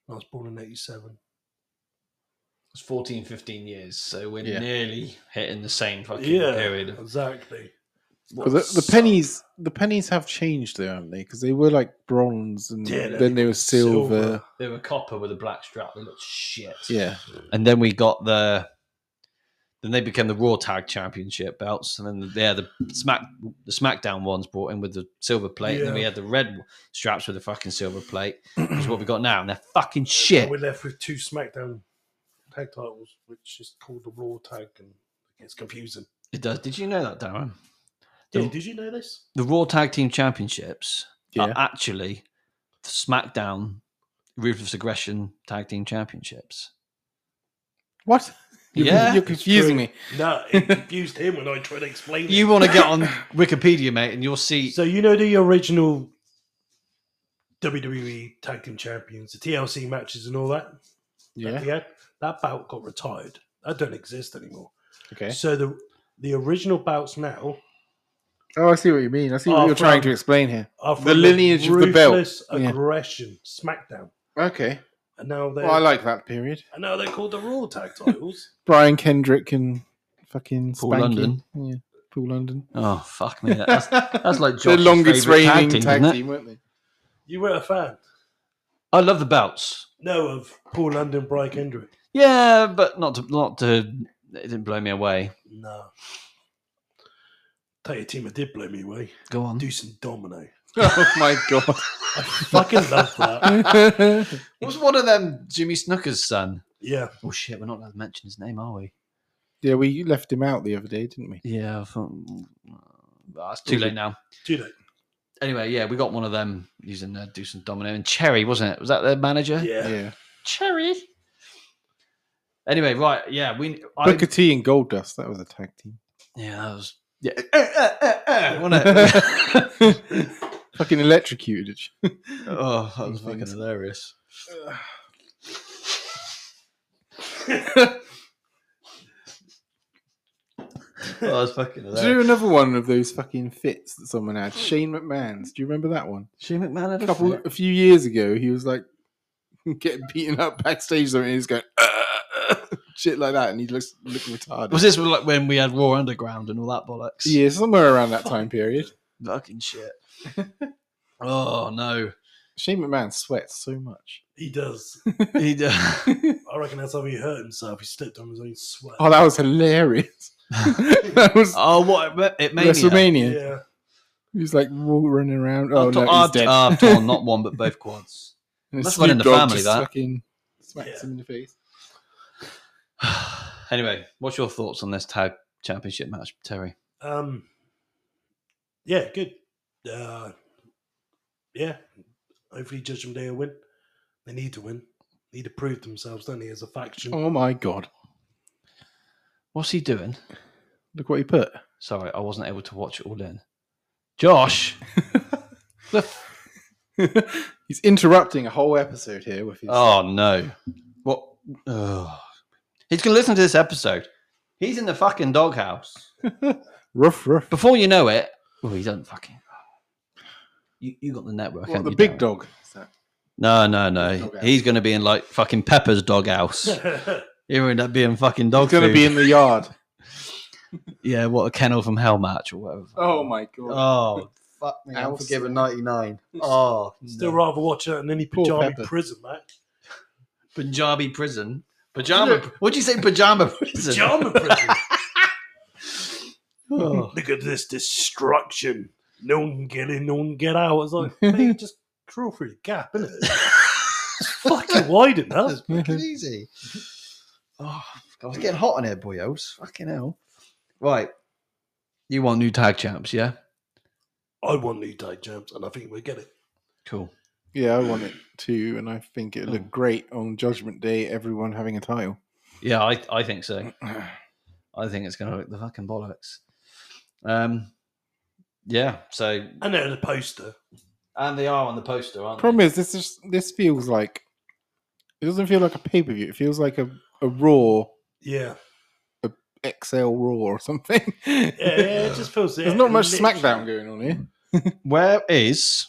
[SPEAKER 3] I was born in 87.
[SPEAKER 1] It's 14, 15 years. So we're
[SPEAKER 2] Yeah.
[SPEAKER 1] nearly hitting the same fucking
[SPEAKER 3] yeah,
[SPEAKER 1] period.
[SPEAKER 3] exactly.
[SPEAKER 2] Well, the, the pennies the pennies have changed though haven't they because they were like bronze and
[SPEAKER 3] Yeah,
[SPEAKER 2] then they were silver,
[SPEAKER 1] They were copper with a black strap. They looked shit.
[SPEAKER 2] yeah
[SPEAKER 1] And then we got the. Then they became the Raw Tag Championship belts, and then yeah, the Smack the SmackDown ones brought in with the silver plate, and then we
[SPEAKER 3] Yeah.
[SPEAKER 1] had the red straps with the fucking silver plate, which is what we got now, and they're fucking shit.
[SPEAKER 3] And we're left with two SmackDown tag titles, which is called the Raw tag, and it's confusing.
[SPEAKER 1] It does. Did you know that, Darren?
[SPEAKER 3] Did,
[SPEAKER 1] The-
[SPEAKER 3] did you know this?
[SPEAKER 1] The Raw Tag Team Championships
[SPEAKER 2] yeah
[SPEAKER 1] are actually the SmackDown Ruthless Aggression Tag Team Championships.
[SPEAKER 2] what you're,
[SPEAKER 1] Yeah.
[SPEAKER 2] you're confusing me
[SPEAKER 3] No, it confused him when I tried to explain
[SPEAKER 1] You
[SPEAKER 3] it.
[SPEAKER 1] want to get on Wikipedia, mate, and you'll see.
[SPEAKER 3] So you know the original WWE Tag Team Champions, the TLC matches and all that.
[SPEAKER 2] yeah
[SPEAKER 3] Yeah. That belt got retired. That don't exist anymore.
[SPEAKER 2] okay
[SPEAKER 3] So the the original belts now
[SPEAKER 2] oh i see what you mean i see what
[SPEAKER 3] Oh,
[SPEAKER 2] you're trying
[SPEAKER 3] from-
[SPEAKER 2] to explain here
[SPEAKER 3] are from
[SPEAKER 2] The lineage of the belt.
[SPEAKER 3] Ruthless
[SPEAKER 2] Yeah.
[SPEAKER 3] aggression SmackDown,
[SPEAKER 2] okay
[SPEAKER 3] and now they
[SPEAKER 2] well i like that period
[SPEAKER 3] and now they're called the Raw Tag Titles.
[SPEAKER 2] brian kendrick and fucking
[SPEAKER 1] Paul
[SPEAKER 2] Spanky.
[SPEAKER 1] London.
[SPEAKER 2] yeah paul london
[SPEAKER 1] Oh fuck me, that- that's, that's like
[SPEAKER 2] the
[SPEAKER 1] Josh's
[SPEAKER 2] longest
[SPEAKER 1] favourite tag
[SPEAKER 2] reigning
[SPEAKER 1] team,
[SPEAKER 2] tag,
[SPEAKER 1] isn't it?
[SPEAKER 2] team weren't they
[SPEAKER 3] you were a fan,
[SPEAKER 1] I love the belts.
[SPEAKER 3] no, of Paul London, Brian Kendrick.
[SPEAKER 1] Yeah, but not to, not to. It didn't blow me away.
[SPEAKER 3] No, Taya Teamer did blow me away.
[SPEAKER 1] Go on.
[SPEAKER 2] Hmm.
[SPEAKER 3] Deuce and Domino.
[SPEAKER 2] Oh my god!
[SPEAKER 3] I fucking love that.
[SPEAKER 2] I
[SPEAKER 1] It was one of them Jimmy Snooker's son.
[SPEAKER 3] Yeah.
[SPEAKER 1] Oh shit, we're not allowed to mention his name, are we?
[SPEAKER 2] Yeah, we left him out the other day, didn't we?
[SPEAKER 1] Yeah, I thought mm, well, it's too late now.
[SPEAKER 3] Do that.
[SPEAKER 1] Anyway, yeah, we got one of them using uh, do some domino and Cherry, wasn't it? Was that their manager?
[SPEAKER 3] Yeah.
[SPEAKER 2] Yeah.
[SPEAKER 1] Cherry. Anyway, right, yeah, we. I,
[SPEAKER 2] Booker T and Gold Dust. That was a tag team.
[SPEAKER 1] yeah, that was yeah, uh,
[SPEAKER 3] Eh,
[SPEAKER 1] uh, uh, uh, wasn't it?
[SPEAKER 2] Fucking electrocuted.
[SPEAKER 1] oh, that was
[SPEAKER 2] These
[SPEAKER 1] fucking
[SPEAKER 2] things.
[SPEAKER 1] hilarious. That was fucking
[SPEAKER 2] Do you
[SPEAKER 1] hilarious.
[SPEAKER 2] know another one of those fucking fits that someone had? Shane McMahon's. Do you remember that one?
[SPEAKER 1] Shane McMahon had
[SPEAKER 2] A
[SPEAKER 1] a
[SPEAKER 2] couple,
[SPEAKER 1] fit.
[SPEAKER 2] a few years ago, he was like getting beaten up backstage, and he's going "Uh, shit like that, and he looks look retarded.
[SPEAKER 1] Was this like when we had Raw Underground and all that bollocks?
[SPEAKER 2] yeah, somewhere around that time period.
[SPEAKER 1] Fucking shit. oh no.
[SPEAKER 2] Shane McMahon sweats so much.
[SPEAKER 3] He does.
[SPEAKER 1] He d-
[SPEAKER 3] I reckon that's how he hurt himself. He slipped on his own sweat.
[SPEAKER 2] Oh, that was hilarious. that was
[SPEAKER 1] oh what it made
[SPEAKER 2] WrestleMania.
[SPEAKER 3] yeah.
[SPEAKER 2] He was like wa- running around. Oh no, he's
[SPEAKER 1] uh,
[SPEAKER 2] dead.
[SPEAKER 1] not one but both quads.
[SPEAKER 2] and
[SPEAKER 1] must run in
[SPEAKER 2] Snoop
[SPEAKER 1] the
[SPEAKER 2] Dogg
[SPEAKER 1] family,
[SPEAKER 2] just
[SPEAKER 1] that.
[SPEAKER 2] fucking smacks
[SPEAKER 3] Yeah.
[SPEAKER 2] him in the face.
[SPEAKER 1] anyway, what's your thoughts on this tag championship match, Terry?
[SPEAKER 3] Um, yeah, good. Uh, yeah, hopefully Judgment Day will win. They need to win. Need to prove themselves, don't they, as a faction?
[SPEAKER 2] Oh my god!
[SPEAKER 1] What's he doing?
[SPEAKER 2] Look what he put.
[SPEAKER 1] Sorry, I wasn't able to watch it all in. Josh. The f-
[SPEAKER 2] He's interrupting a whole episode here with his.
[SPEAKER 1] oh no. What oh. He's gonna listen to this episode. He's in the fucking doghouse.
[SPEAKER 2] Ruff, ruff.
[SPEAKER 1] Before you know it, oh, he doesn't fucking. You, you got the network.
[SPEAKER 2] What,
[SPEAKER 1] haven't
[SPEAKER 2] the
[SPEAKER 1] you,
[SPEAKER 2] big
[SPEAKER 1] Darren?
[SPEAKER 2] dog. Is that-
[SPEAKER 1] No, no,
[SPEAKER 2] Big
[SPEAKER 1] no.
[SPEAKER 2] dog house.
[SPEAKER 1] He's going to be in like fucking Pepper's doghouse. He'll end up being fucking dog
[SPEAKER 2] He's going to
[SPEAKER 1] food.
[SPEAKER 2] be in the yard.
[SPEAKER 1] yeah, what a kennel from hell match or whatever.
[SPEAKER 2] Oh my god.
[SPEAKER 1] Oh, fuck me.
[SPEAKER 2] Alf.
[SPEAKER 1] Unforgiven 99. Oh,
[SPEAKER 3] Still
[SPEAKER 1] no.
[SPEAKER 3] rather watch that than any
[SPEAKER 2] Poor
[SPEAKER 3] Punjabi
[SPEAKER 2] Pepper.
[SPEAKER 3] prison, man.
[SPEAKER 1] Punjabi prison. Pajama. What'd you say? Pajama prison.
[SPEAKER 3] Pajama prison.
[SPEAKER 1] Oh.
[SPEAKER 3] Look at this destruction. No one get in, no one get out. It's like, mate, just draw through the gap, innit? It's fucking wide enough.
[SPEAKER 1] That's fucking easy. Oh, I was getting hot in here, boyos. Fucking hell. Right. You want new tag champs, yeah?
[SPEAKER 3] I want new tag champs, and I think we'll get it.
[SPEAKER 1] Cool.
[SPEAKER 2] Yeah, I want it too, and I think it looked great on Judgment Day. Everyone having a title.
[SPEAKER 1] Yeah, I, I think so. I think it's going to look the fucking bollocks. Um, yeah. So
[SPEAKER 3] And then the poster.
[SPEAKER 1] and they are on the poster, aren't
[SPEAKER 2] Problem is, this is this feels like it doesn't feel like a pay per view. It feels like a a Raw
[SPEAKER 3] Yeah.
[SPEAKER 2] XL Raw or something.
[SPEAKER 3] Yeah, yeah, it just feels
[SPEAKER 2] There's not much SmackDown going on here.
[SPEAKER 1] they? Where is?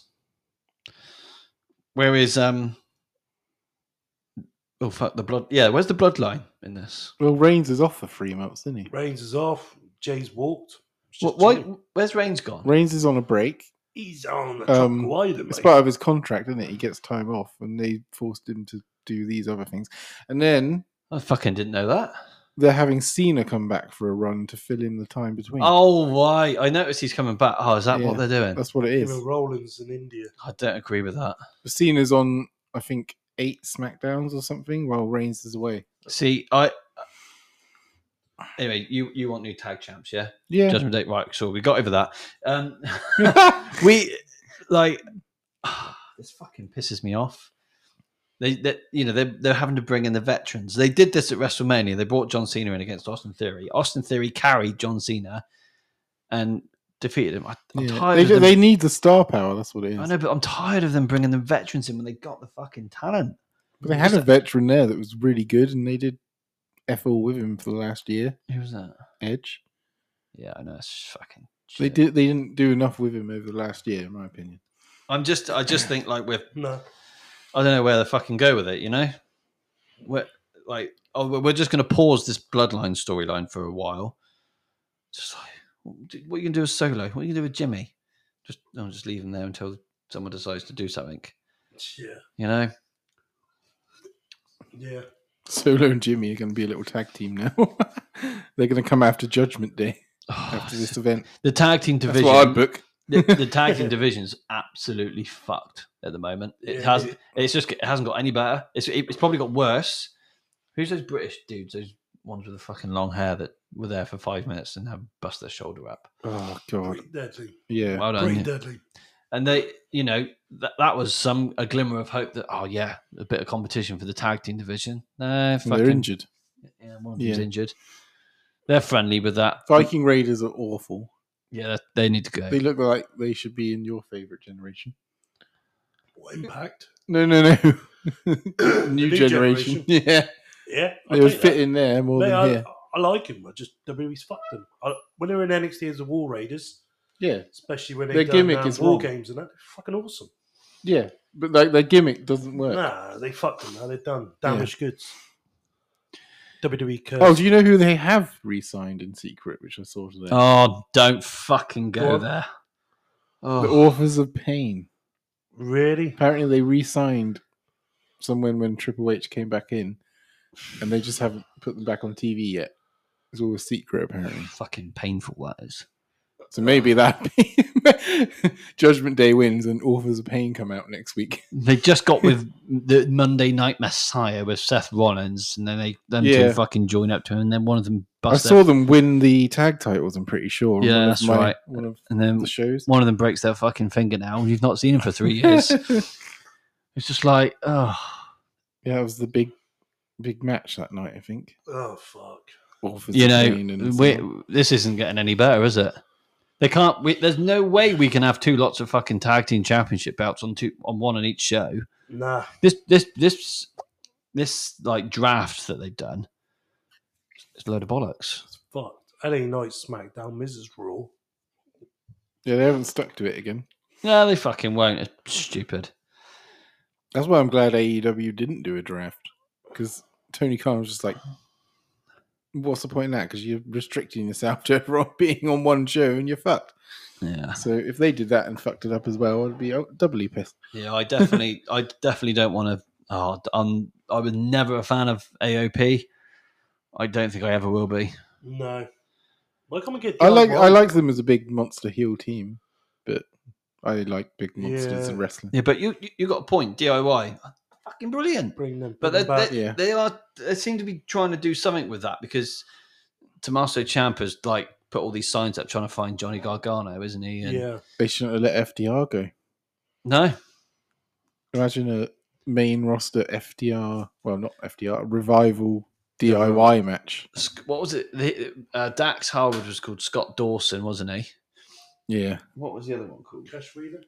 [SPEAKER 1] Where is um? Oh fuck the blood. Yeah, where's the bloodline in this?
[SPEAKER 2] Well, Reigns is off for three months, isn't he?
[SPEAKER 3] Reigns is off. Jay's walked. It's
[SPEAKER 1] What,
[SPEAKER 3] just
[SPEAKER 1] why?
[SPEAKER 3] Jay.
[SPEAKER 1] Where's Reigns gone?
[SPEAKER 2] Reigns is on a break.
[SPEAKER 3] He's on the
[SPEAKER 2] Um,
[SPEAKER 3] top wider,
[SPEAKER 2] It's
[SPEAKER 3] mate.
[SPEAKER 2] part of his contract, isn't it? He gets time off, and they forced him to do these other things. And then
[SPEAKER 1] I fucking didn't know that.
[SPEAKER 2] they're having Cena come back for a run to fill in the time between.
[SPEAKER 1] Oh, why? I noticed he's coming back. Oh, is that what
[SPEAKER 2] Yeah,
[SPEAKER 1] they're doing?
[SPEAKER 2] That's what it
[SPEAKER 3] Him
[SPEAKER 2] is.
[SPEAKER 3] and Rollins in India.
[SPEAKER 1] I don't agree with that.
[SPEAKER 2] Cena's on, I think, eight SmackDowns or something, while Reigns is away.
[SPEAKER 1] See, I. Anyway, you you want new tag champs, yeah?
[SPEAKER 2] Yeah.
[SPEAKER 1] Judgment Day, right? So we got over that. Um, we like this fucking pisses me off. They, they you know, they're, they're having to bring in the veterans. They did this at WrestleMania. They brought John Cena in against Austin Theory. Austin Theory carried John Cena and defeated him. I, I'm
[SPEAKER 2] Yeah.
[SPEAKER 1] tired.
[SPEAKER 2] They,
[SPEAKER 1] of
[SPEAKER 2] do-
[SPEAKER 1] them.
[SPEAKER 2] they need the star power. That's what it is.
[SPEAKER 1] I know, but I'm tired of them bringing the veterans in when they got the fucking talent.
[SPEAKER 2] But they had a veteran there that was really good, and they did F all with him for the last year.
[SPEAKER 1] Who was that?
[SPEAKER 2] Edge.
[SPEAKER 1] Yeah, I know. It's fucking.
[SPEAKER 2] They
[SPEAKER 1] shit.
[SPEAKER 2] did. They didn't do enough with him over the last year, in my opinion.
[SPEAKER 1] I'm just. I just think like we're
[SPEAKER 3] No.
[SPEAKER 1] I don't know where the fucking go with it, you know? We're like, oh, we're- we're just going to pause this bloodline storyline for a while. Just like, what do- what are you going to do with Solo? What are you going to do with Jimmy? Just, I'll just leave him there until someone decides to do something,
[SPEAKER 3] Yeah.
[SPEAKER 1] you know?
[SPEAKER 3] Yeah.
[SPEAKER 2] Solo and Jimmy are going to be a little tag team now. They're going to come after Judgment Day after this event.
[SPEAKER 1] the tag team
[SPEAKER 2] That's
[SPEAKER 1] division.
[SPEAKER 2] what I book.
[SPEAKER 1] the, the tag team division's absolutely fucked at the moment. It
[SPEAKER 3] Yeah,
[SPEAKER 1] has.
[SPEAKER 3] it-
[SPEAKER 1] It's just. It hasn't got any better. It's. It's probably got worse. Who's those British dudes? Those ones with the fucking long hair that were there for five minutes and have bust their shoulder up.
[SPEAKER 2] Oh god.
[SPEAKER 3] Pretty deadly.
[SPEAKER 2] Yeah.
[SPEAKER 1] Well done.
[SPEAKER 3] Pretty
[SPEAKER 1] yeah.
[SPEAKER 3] deadly.
[SPEAKER 1] And they, you know, that that was some a glimmer of hope that oh yeah, a bit of competition for the tag team division. No,
[SPEAKER 2] And they're
[SPEAKER 1] fucking
[SPEAKER 2] injured.
[SPEAKER 1] yeah, one of them's
[SPEAKER 2] Yeah.
[SPEAKER 1] injured. They're friendly with that.
[SPEAKER 2] Viking Raiders are awful.
[SPEAKER 1] Yeah, that- they need to go.
[SPEAKER 2] They look like they should be in your favorite generation.
[SPEAKER 3] What impact?
[SPEAKER 2] No, no, no. New,
[SPEAKER 3] new
[SPEAKER 2] generation.
[SPEAKER 3] generation.
[SPEAKER 2] Yeah,
[SPEAKER 3] Yeah.
[SPEAKER 2] they would fit in there more
[SPEAKER 3] They
[SPEAKER 2] than
[SPEAKER 3] are,
[SPEAKER 2] here.
[SPEAKER 3] I like him. I just WWE's fucked them. I, when they were in NXT as the War Raiders,
[SPEAKER 2] Yeah,
[SPEAKER 3] especially when they
[SPEAKER 2] Their
[SPEAKER 3] done,
[SPEAKER 2] gimmick
[SPEAKER 3] um,
[SPEAKER 2] is
[SPEAKER 3] War
[SPEAKER 2] wrong.
[SPEAKER 3] Games and that, they're fucking awesome.
[SPEAKER 2] yeah, but like their gimmick doesn't work.
[SPEAKER 3] Nah, they fucked them. Now they're done. Damaged goods. WWE curse.
[SPEAKER 2] Oh, do you know who they have re-signed in secret, which I saw today?
[SPEAKER 1] Oh, don't fucking
[SPEAKER 3] Go
[SPEAKER 1] go
[SPEAKER 3] on.
[SPEAKER 1] there.
[SPEAKER 2] The
[SPEAKER 1] Oh,
[SPEAKER 2] Authors of Pain.
[SPEAKER 3] really?
[SPEAKER 2] Apparently, they re-signed someone when Triple H came back in, and they just haven't put them back on TV yet. It's all a secret, apparently.
[SPEAKER 1] fucking painful that is.
[SPEAKER 2] So maybe that Judgment Day wins and Authors of Pain come out next week.
[SPEAKER 1] They just got with the Monday Night Messiah with Seth Rollins, and then they them
[SPEAKER 2] Yeah.
[SPEAKER 1] two fucking join up to him, and then one of them busts
[SPEAKER 2] I saw
[SPEAKER 1] their,
[SPEAKER 2] them win the tag titles. I'm pretty sure. on
[SPEAKER 1] Yeah,
[SPEAKER 2] one of
[SPEAKER 1] that's right.
[SPEAKER 2] One of
[SPEAKER 1] and then
[SPEAKER 2] the shows.
[SPEAKER 1] one of them breaks their fucking fingernail. and You've not seen him for three years. it's just like, oh,
[SPEAKER 2] Yeah, it was the big, big match that night. I think.
[SPEAKER 3] Oh, fuck.
[SPEAKER 2] Authors
[SPEAKER 1] you
[SPEAKER 2] of Pain
[SPEAKER 1] know,
[SPEAKER 2] and
[SPEAKER 1] we, this isn't getting any better, is it? They can't. We, there's no way we can have two lots of fucking tag team championship belts on two on one on each show.
[SPEAKER 3] Nah.
[SPEAKER 1] this this this this like draft that they've done it's a load of bollocks
[SPEAKER 3] It's fucked. LA Knight SmackDown, Mrs. Raw.
[SPEAKER 2] yeah, they haven't stuck to it again.
[SPEAKER 1] no they fucking won't it's stupid
[SPEAKER 2] That's why I'm glad AEW didn't do a draft because Tony Khan was just like, "What's the point in that? Because you're restricting yourself to everyone being on one show and you're fucked."
[SPEAKER 1] yeah
[SPEAKER 2] So if they did that and fucked it up as well, I'd be oh, doubly pissed.
[SPEAKER 1] yeah i definitely i definitely don't want to oh i'm i was never a fan of aop i don't think i ever will be
[SPEAKER 3] No. Why can't we get
[SPEAKER 2] I like
[SPEAKER 3] DIY?
[SPEAKER 2] I like them as a big monster heel team, but I like big monsters
[SPEAKER 3] Yeah.
[SPEAKER 2] in wrestling.
[SPEAKER 1] yeah but you you, you got a point diy fucking brilliant
[SPEAKER 3] Bring them.
[SPEAKER 1] But
[SPEAKER 3] bring
[SPEAKER 1] they,
[SPEAKER 3] them back.
[SPEAKER 1] they,
[SPEAKER 2] yeah.
[SPEAKER 1] they are they seem to be trying to do something with that because Tommaso Ciampa's like put all these signs up trying to find Johnny Gargano, isn't he? And-
[SPEAKER 3] yeah.
[SPEAKER 2] They shouldn't have let FDR go.
[SPEAKER 1] No,
[SPEAKER 2] Imagine a main roster FDR, well not FDR, revival DIY match.
[SPEAKER 1] Sc- what was it? The, uh, Dax Harwood was called Scott Dawson, wasn't he?
[SPEAKER 2] Yeah,
[SPEAKER 1] What was the other one called?
[SPEAKER 3] Cash Wheeler?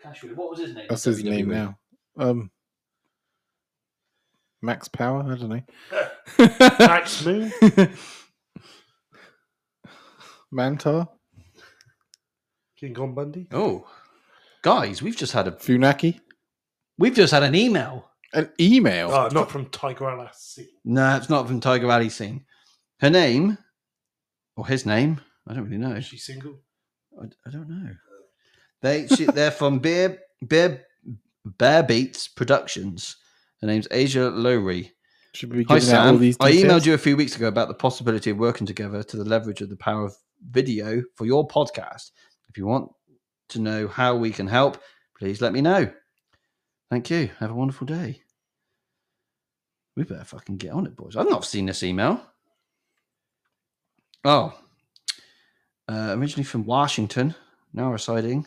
[SPEAKER 1] Cashwood. What was his name? E.
[SPEAKER 2] that's his name
[SPEAKER 1] WWE?
[SPEAKER 2] now. Um, Max Power. I don't know.
[SPEAKER 3] Max Moon?
[SPEAKER 2] Mantar
[SPEAKER 3] King Kong Bundy?
[SPEAKER 1] Oh, guys, we've just had a
[SPEAKER 2] Funaki.
[SPEAKER 1] we've just had an email.
[SPEAKER 2] An email.
[SPEAKER 3] Oh, not from Tiger Alassi.
[SPEAKER 1] No, it's not from Tiger Alley scene. Her name or his name? I don't really know.
[SPEAKER 3] Is she single?
[SPEAKER 1] I, I don't know. They she, they're from Bear Bear Bear Beats Productions. Her name's Asia Lowry.
[SPEAKER 2] Should we be
[SPEAKER 1] Hi
[SPEAKER 2] giving out all
[SPEAKER 1] Sam,
[SPEAKER 2] these?
[SPEAKER 1] I emailed
[SPEAKER 2] details?
[SPEAKER 1] you a few weeks ago about the possibility of working together to the leverage of the power of video for your podcast. If you want to know how we can help, please let me know. Thank you. Have a wonderful day. We better fucking get on it, boys. I've not seen this email. Oh, uh, originally from Washington, now residing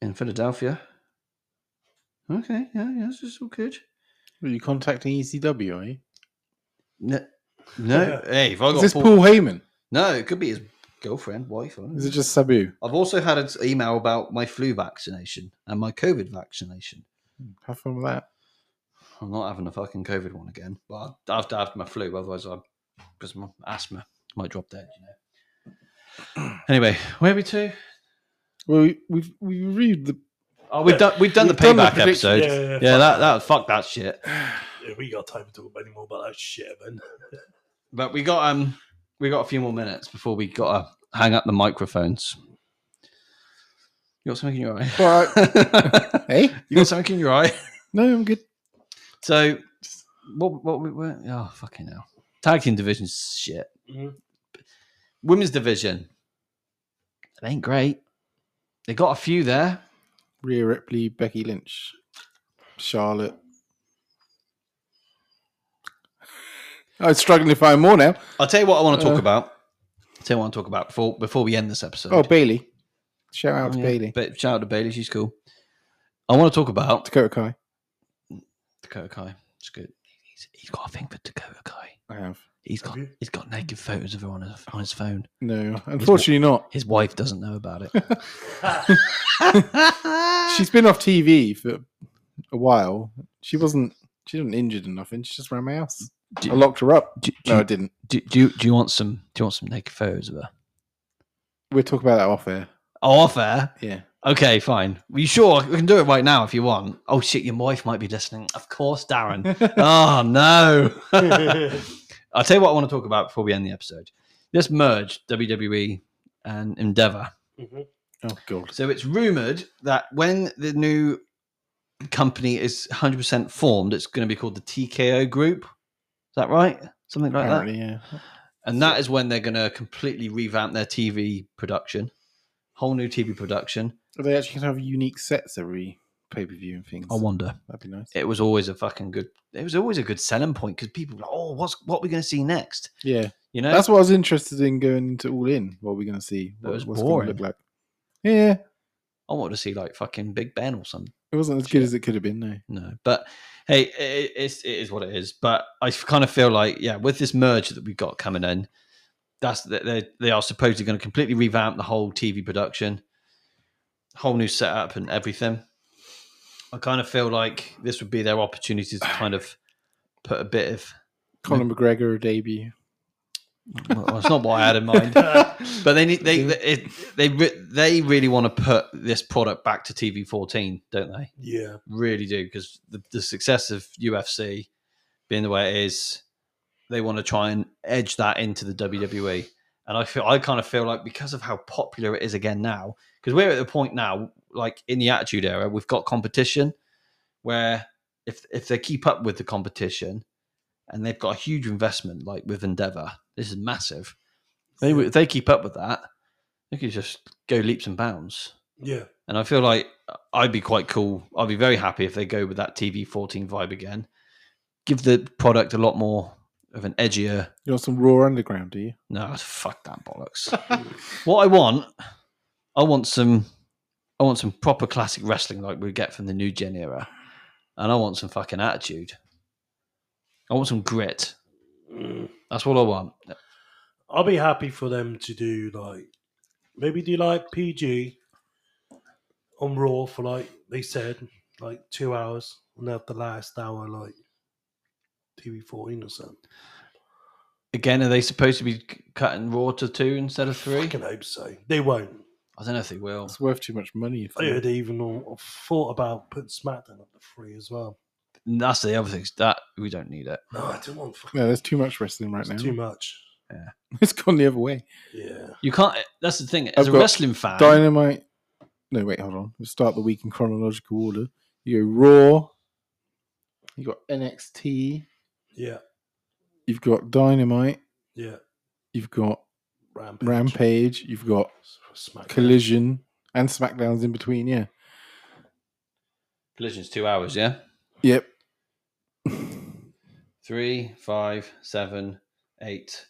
[SPEAKER 1] in Philadelphia. Okay, yeah, yeah, this is all good.
[SPEAKER 2] Are you E contacting ECW? Are you?
[SPEAKER 1] No, no. hey, if I
[SPEAKER 2] eh? Is
[SPEAKER 1] got
[SPEAKER 2] this
[SPEAKER 1] Paul-
[SPEAKER 2] Paul Heyman?
[SPEAKER 1] no, it could be his girlfriend, wife. I don't
[SPEAKER 2] Is
[SPEAKER 1] know.
[SPEAKER 2] it just Sabu?
[SPEAKER 1] I've also had an email about my flu vaccination and my COVID vaccination.
[SPEAKER 2] Have fun with that.
[SPEAKER 1] I'm not having a fucking COVID one again. Well, I have to have my flu, otherwise, I because my asthma might drop dead. You know. Anyway, where are we to?
[SPEAKER 2] Well, we, we've we reviewed the.
[SPEAKER 1] Oh, we've done we've done the
[SPEAKER 2] We've done the
[SPEAKER 1] payback
[SPEAKER 2] prediction-
[SPEAKER 1] episode.
[SPEAKER 3] yeah, yeah,
[SPEAKER 1] Yeah,
[SPEAKER 3] yeah,
[SPEAKER 1] that that fuck that shit.
[SPEAKER 3] Yeah, we got time to talk about anymore about that shit, man.
[SPEAKER 1] But we got um we got a few more minutes before we got to hang up the microphones. You got something in your eye?
[SPEAKER 2] But, hey,
[SPEAKER 1] you got something in your eye?
[SPEAKER 2] no, I'm good.
[SPEAKER 1] So, what? What? we were oh, fucking hell! Tag team division's shit.
[SPEAKER 3] Mhm.
[SPEAKER 1] Women's division, it ain't great. They got a few there.
[SPEAKER 2] Rhea Ripley, Becky Lynch, Charlotte. I was struggling to find more now.
[SPEAKER 1] I'll tell you what I want to talk
[SPEAKER 2] Uh.
[SPEAKER 1] about. I'll tell you what I want to talk about before before we end this episode.
[SPEAKER 2] Oh, Bailey. Shout out to
[SPEAKER 1] Yeah,
[SPEAKER 2] Bailey.
[SPEAKER 1] Ba- shout out to Bailey. She's cool. I want to talk about
[SPEAKER 2] Dakota Kai.
[SPEAKER 1] Dakota Kai. It's good. He's, he's got a thing for Dakota Kai.
[SPEAKER 2] I have.
[SPEAKER 1] He's
[SPEAKER 3] Have
[SPEAKER 1] got
[SPEAKER 3] you?
[SPEAKER 1] he's got naked photos of her on his, on his phone.
[SPEAKER 2] No, unfortunately not.
[SPEAKER 1] His wife doesn't know about it.
[SPEAKER 2] She's been off TV for a while. She wasn't. She wasn't injured or nothing. She just ran my house.
[SPEAKER 1] Do-
[SPEAKER 2] I locked her up.
[SPEAKER 1] do, do,
[SPEAKER 2] No, I didn't.
[SPEAKER 1] do, do, you- do you want some? Do you want some naked photos of her?
[SPEAKER 2] We'll talk about that off air.
[SPEAKER 1] Oh, off air.
[SPEAKER 2] Yeah.
[SPEAKER 1] Okay, fine. Are you sure? We can do it right now if you want. Oh shit, your wife might be listening. Of course, Darren. oh no. I'll tell you what I want to talk about before we end the episode. This merge WWE E and Endeavor.
[SPEAKER 3] Mhm.
[SPEAKER 2] Oh god.
[SPEAKER 1] So it's rumored that when the new company is 100% formed, it's going to be called the TKO Group. Is that right? Something like that.
[SPEAKER 2] Apparently, yeah.
[SPEAKER 1] And that is when they're going to completely revamp their TV production, whole new TV production.
[SPEAKER 2] Are they actually going to have unique sets every pay per view and things?
[SPEAKER 1] I wonder.
[SPEAKER 2] That'd be nice.
[SPEAKER 1] It was always a fucking good. It was always a good selling point because people were like, oh, what's what we going to see next?
[SPEAKER 2] Yeah,
[SPEAKER 1] You know,
[SPEAKER 2] that's what I was interested in going into All In. What we're going to see?
[SPEAKER 1] That
[SPEAKER 2] What,
[SPEAKER 1] was
[SPEAKER 2] what's it gonna
[SPEAKER 1] boring.
[SPEAKER 2] look like? Yeah,
[SPEAKER 1] I wanted to see like fucking Big Ben or something.
[SPEAKER 2] it wasn't as good as it could have been. No,
[SPEAKER 1] No, but hey, it, it's it is what it is. But I kind of feel like yeah, with this merge that we've got coming in, that's that they they are supposedly going to completely revamp the whole TV production, whole new setup and everything. I kind of feel like this would be their opportunity to kind of put a bit of.
[SPEAKER 2] Conor McGregor debut.
[SPEAKER 1] Well, it's not what I had in mind, but they need they they it, they, re- they really want to put this product back to TV fourteen, don't they?
[SPEAKER 3] yeah.
[SPEAKER 1] really do because the, the success of UFC being the way it is, they want to try and edge that into the WWE. And I feel I kind of feel like because of how popular it is again now, because we're at the point now, like in the Attitude Era, we've got competition where if if they keep up with the competition and they've got a huge investment, like with Endeavor, this is massive. They would- if they keep up with that, they could just go leaps and bounds.
[SPEAKER 3] Yeah.
[SPEAKER 1] And I feel like I'd be quite cool. I'd be very happy if they go with that TV 14 vibe again. Give the product a lot more of an edgier.
[SPEAKER 2] You want some Raw Underground? Do you?
[SPEAKER 1] No, fuck that bollocks. what I want, I want some, I want some proper classic wrestling like we get from the new gen era, and I want some fucking attitude. I want some grit.
[SPEAKER 3] Mm.
[SPEAKER 1] That's what I want.
[SPEAKER 3] I'll be happy for them to do like maybe do like PG on Raw for like they said like two hours and have the last hour like TV fourteen or something.
[SPEAKER 1] Again, are they supposed to be c- cutting Raw to two instead of three?
[SPEAKER 3] I can hope so. They won't.
[SPEAKER 1] I don't know if they will.
[SPEAKER 2] It's worth too much money. If
[SPEAKER 3] I
[SPEAKER 2] they-
[SPEAKER 3] heard they even all- thought about putting SmackDown up to three as well.
[SPEAKER 1] And that's the other thing. That we don't need it.
[SPEAKER 3] No, I don't want fucking
[SPEAKER 2] No, there's too much wrestling right
[SPEAKER 3] it's
[SPEAKER 2] now.
[SPEAKER 3] too much.
[SPEAKER 2] it's gone the other way.
[SPEAKER 3] Yeah.
[SPEAKER 1] You can't. That's the thing. As
[SPEAKER 2] I've
[SPEAKER 1] a
[SPEAKER 2] got
[SPEAKER 1] wrestling fan,
[SPEAKER 2] Dynamite. No, wait, hold on. We'll start the week in chronological order. You go Raw. You got NXT.
[SPEAKER 3] Yeah.
[SPEAKER 2] You've got Dynamite.
[SPEAKER 3] Yeah.
[SPEAKER 2] You've got
[SPEAKER 3] Rampage.
[SPEAKER 2] Rampage. You've got
[SPEAKER 3] SmackDown.
[SPEAKER 2] Collision and SmackDown's in between. Yeah.
[SPEAKER 1] collision's two hours. Yeah,
[SPEAKER 2] Yep.
[SPEAKER 1] three, five, seven, eight,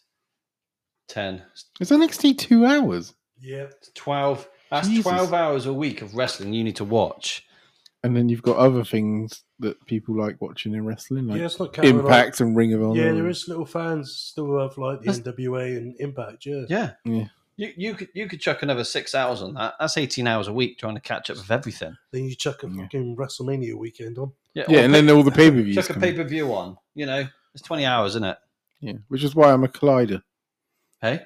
[SPEAKER 1] ten,
[SPEAKER 2] It's NXT two hours,
[SPEAKER 3] Yeah.
[SPEAKER 1] twelve. That's
[SPEAKER 2] Jesus.
[SPEAKER 1] twelve hours a week of wrestling you need to watch.
[SPEAKER 2] and then you've got other things that people like watching in wrestling, like
[SPEAKER 3] yeah, it's not counting, like-
[SPEAKER 2] Impact and Ring of Honor.
[SPEAKER 3] Yeah, there
[SPEAKER 2] and-
[SPEAKER 3] is little fans still of like the
[SPEAKER 1] That's-
[SPEAKER 3] NWA and Impact. Yeah.
[SPEAKER 1] Yeah,
[SPEAKER 2] Yeah.
[SPEAKER 1] You you could you could chuck another six hours on that. That's eighteen hours a week trying to catch up with everything.
[SPEAKER 3] Then you chuck a
[SPEAKER 2] Yeah.
[SPEAKER 3] fucking WrestleMania weekend on.
[SPEAKER 2] Yeah,
[SPEAKER 1] or
[SPEAKER 2] and
[SPEAKER 1] pick-
[SPEAKER 2] then all the pay per views.
[SPEAKER 1] chuck a pay per view on. You know, it's twenty hours, isn't it?
[SPEAKER 2] Yeah, which is why I'm a collider.
[SPEAKER 1] Hey,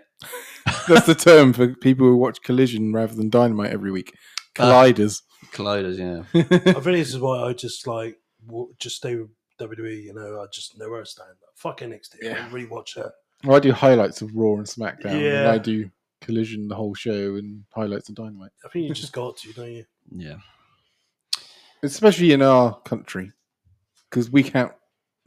[SPEAKER 2] That's the term for people who watch Collision rather than Dynamite every week.
[SPEAKER 3] Uh,
[SPEAKER 1] Ah.
[SPEAKER 2] Colliders.
[SPEAKER 1] colliders. Yeah,
[SPEAKER 3] I think this is why I just like w- just stay with WWE. You know, I just know where I stand. Fuck NXT. I
[SPEAKER 2] Yeah.
[SPEAKER 3] don't really watch that.
[SPEAKER 2] Well, I do highlights of Raw and SmackDown, and
[SPEAKER 3] Yeah.
[SPEAKER 2] I do Collision the whole show and highlights of Dynamite,
[SPEAKER 3] I think you just got to, don't you?
[SPEAKER 1] yeah.
[SPEAKER 2] especially in our country because we can't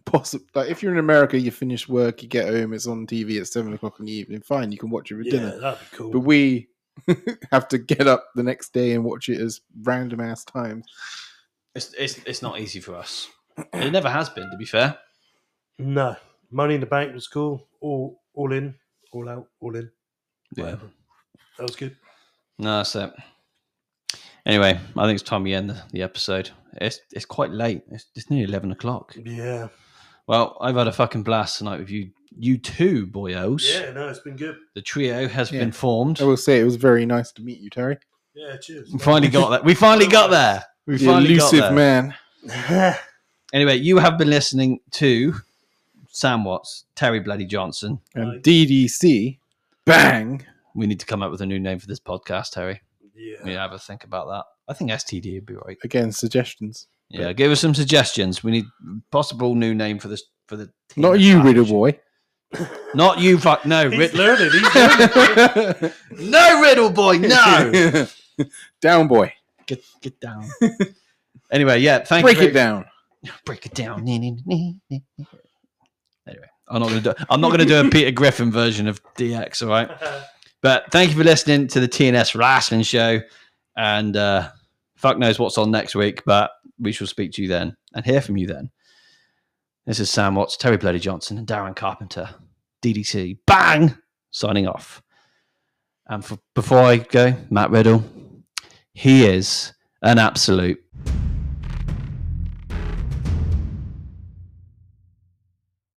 [SPEAKER 2] possibly. Like, if you're in America, you finish work, you get home, it's on TV at seven o'clock in the evening. Fine, you can watch it for
[SPEAKER 3] Yeah,
[SPEAKER 2] dinner.
[SPEAKER 3] that'd be cool.
[SPEAKER 2] But we have to get up the next day and watch it as random ass times.
[SPEAKER 1] It's, it's, it's not easy for us. It never has been, to be fair.
[SPEAKER 3] No, Money in the Bank was cool. All all in, all out, all in.
[SPEAKER 1] Yeah.
[SPEAKER 3] Whatever. That was good.
[SPEAKER 1] No, that's it. Anyway, I think it's time we end the, the episode. It's it's quite late. It's, it's nearly eleven o'clock.
[SPEAKER 3] Yeah.
[SPEAKER 1] Well, I've had a fucking blast tonight with you, you two boyos.
[SPEAKER 3] Yeah. No, it's been good.
[SPEAKER 1] The trio has
[SPEAKER 2] Yeah. Oh,
[SPEAKER 1] been formed.
[SPEAKER 2] I will say it was very nice to meet you, Terry.
[SPEAKER 3] Yeah. Cheers.
[SPEAKER 1] We finally got that. We finally got there. We
[SPEAKER 2] The
[SPEAKER 1] finally got
[SPEAKER 2] elusive
[SPEAKER 1] there.
[SPEAKER 2] man.
[SPEAKER 1] Anyway, you have been listening to Sam Watts, Terry Bloody Johnson.
[SPEAKER 2] And DDC, bang.
[SPEAKER 1] We need to come up with a new name for this podcast, Terry.
[SPEAKER 3] yeah.
[SPEAKER 1] We have a think about that. I think STD would be right.
[SPEAKER 2] Again, suggestions.
[SPEAKER 1] Yeah, give us some suggestions. We need possible new name for this for the. team
[SPEAKER 2] Not
[SPEAKER 1] of
[SPEAKER 2] you,
[SPEAKER 1] Sam
[SPEAKER 2] Riddle
[SPEAKER 1] Watts.
[SPEAKER 2] Boy.
[SPEAKER 1] Not you, fuck no,
[SPEAKER 3] He's
[SPEAKER 1] Riddler.
[SPEAKER 3] learning. He's learning.
[SPEAKER 1] No, Riddle Boy, no.
[SPEAKER 2] down, boy.
[SPEAKER 1] get get down. anyway, yeah, thank
[SPEAKER 2] Break
[SPEAKER 1] you.
[SPEAKER 2] it down.
[SPEAKER 1] Break it down. Nee, nee, nee, nee, nee. anyway, I'm not gonna do. I'm not gonna do a Peter Griffin version of DX. All right, but thank you for listening to the TNS Wrestling Show, and uh, fuck knows what's on next week, but we shall speak to you then and hear from you then. This is Sam Watts, Terry Bloody Johnson, and Darren Carpenter, DDC. Bang, signing off. And for, before I go, Matt Riddle, he is an absolute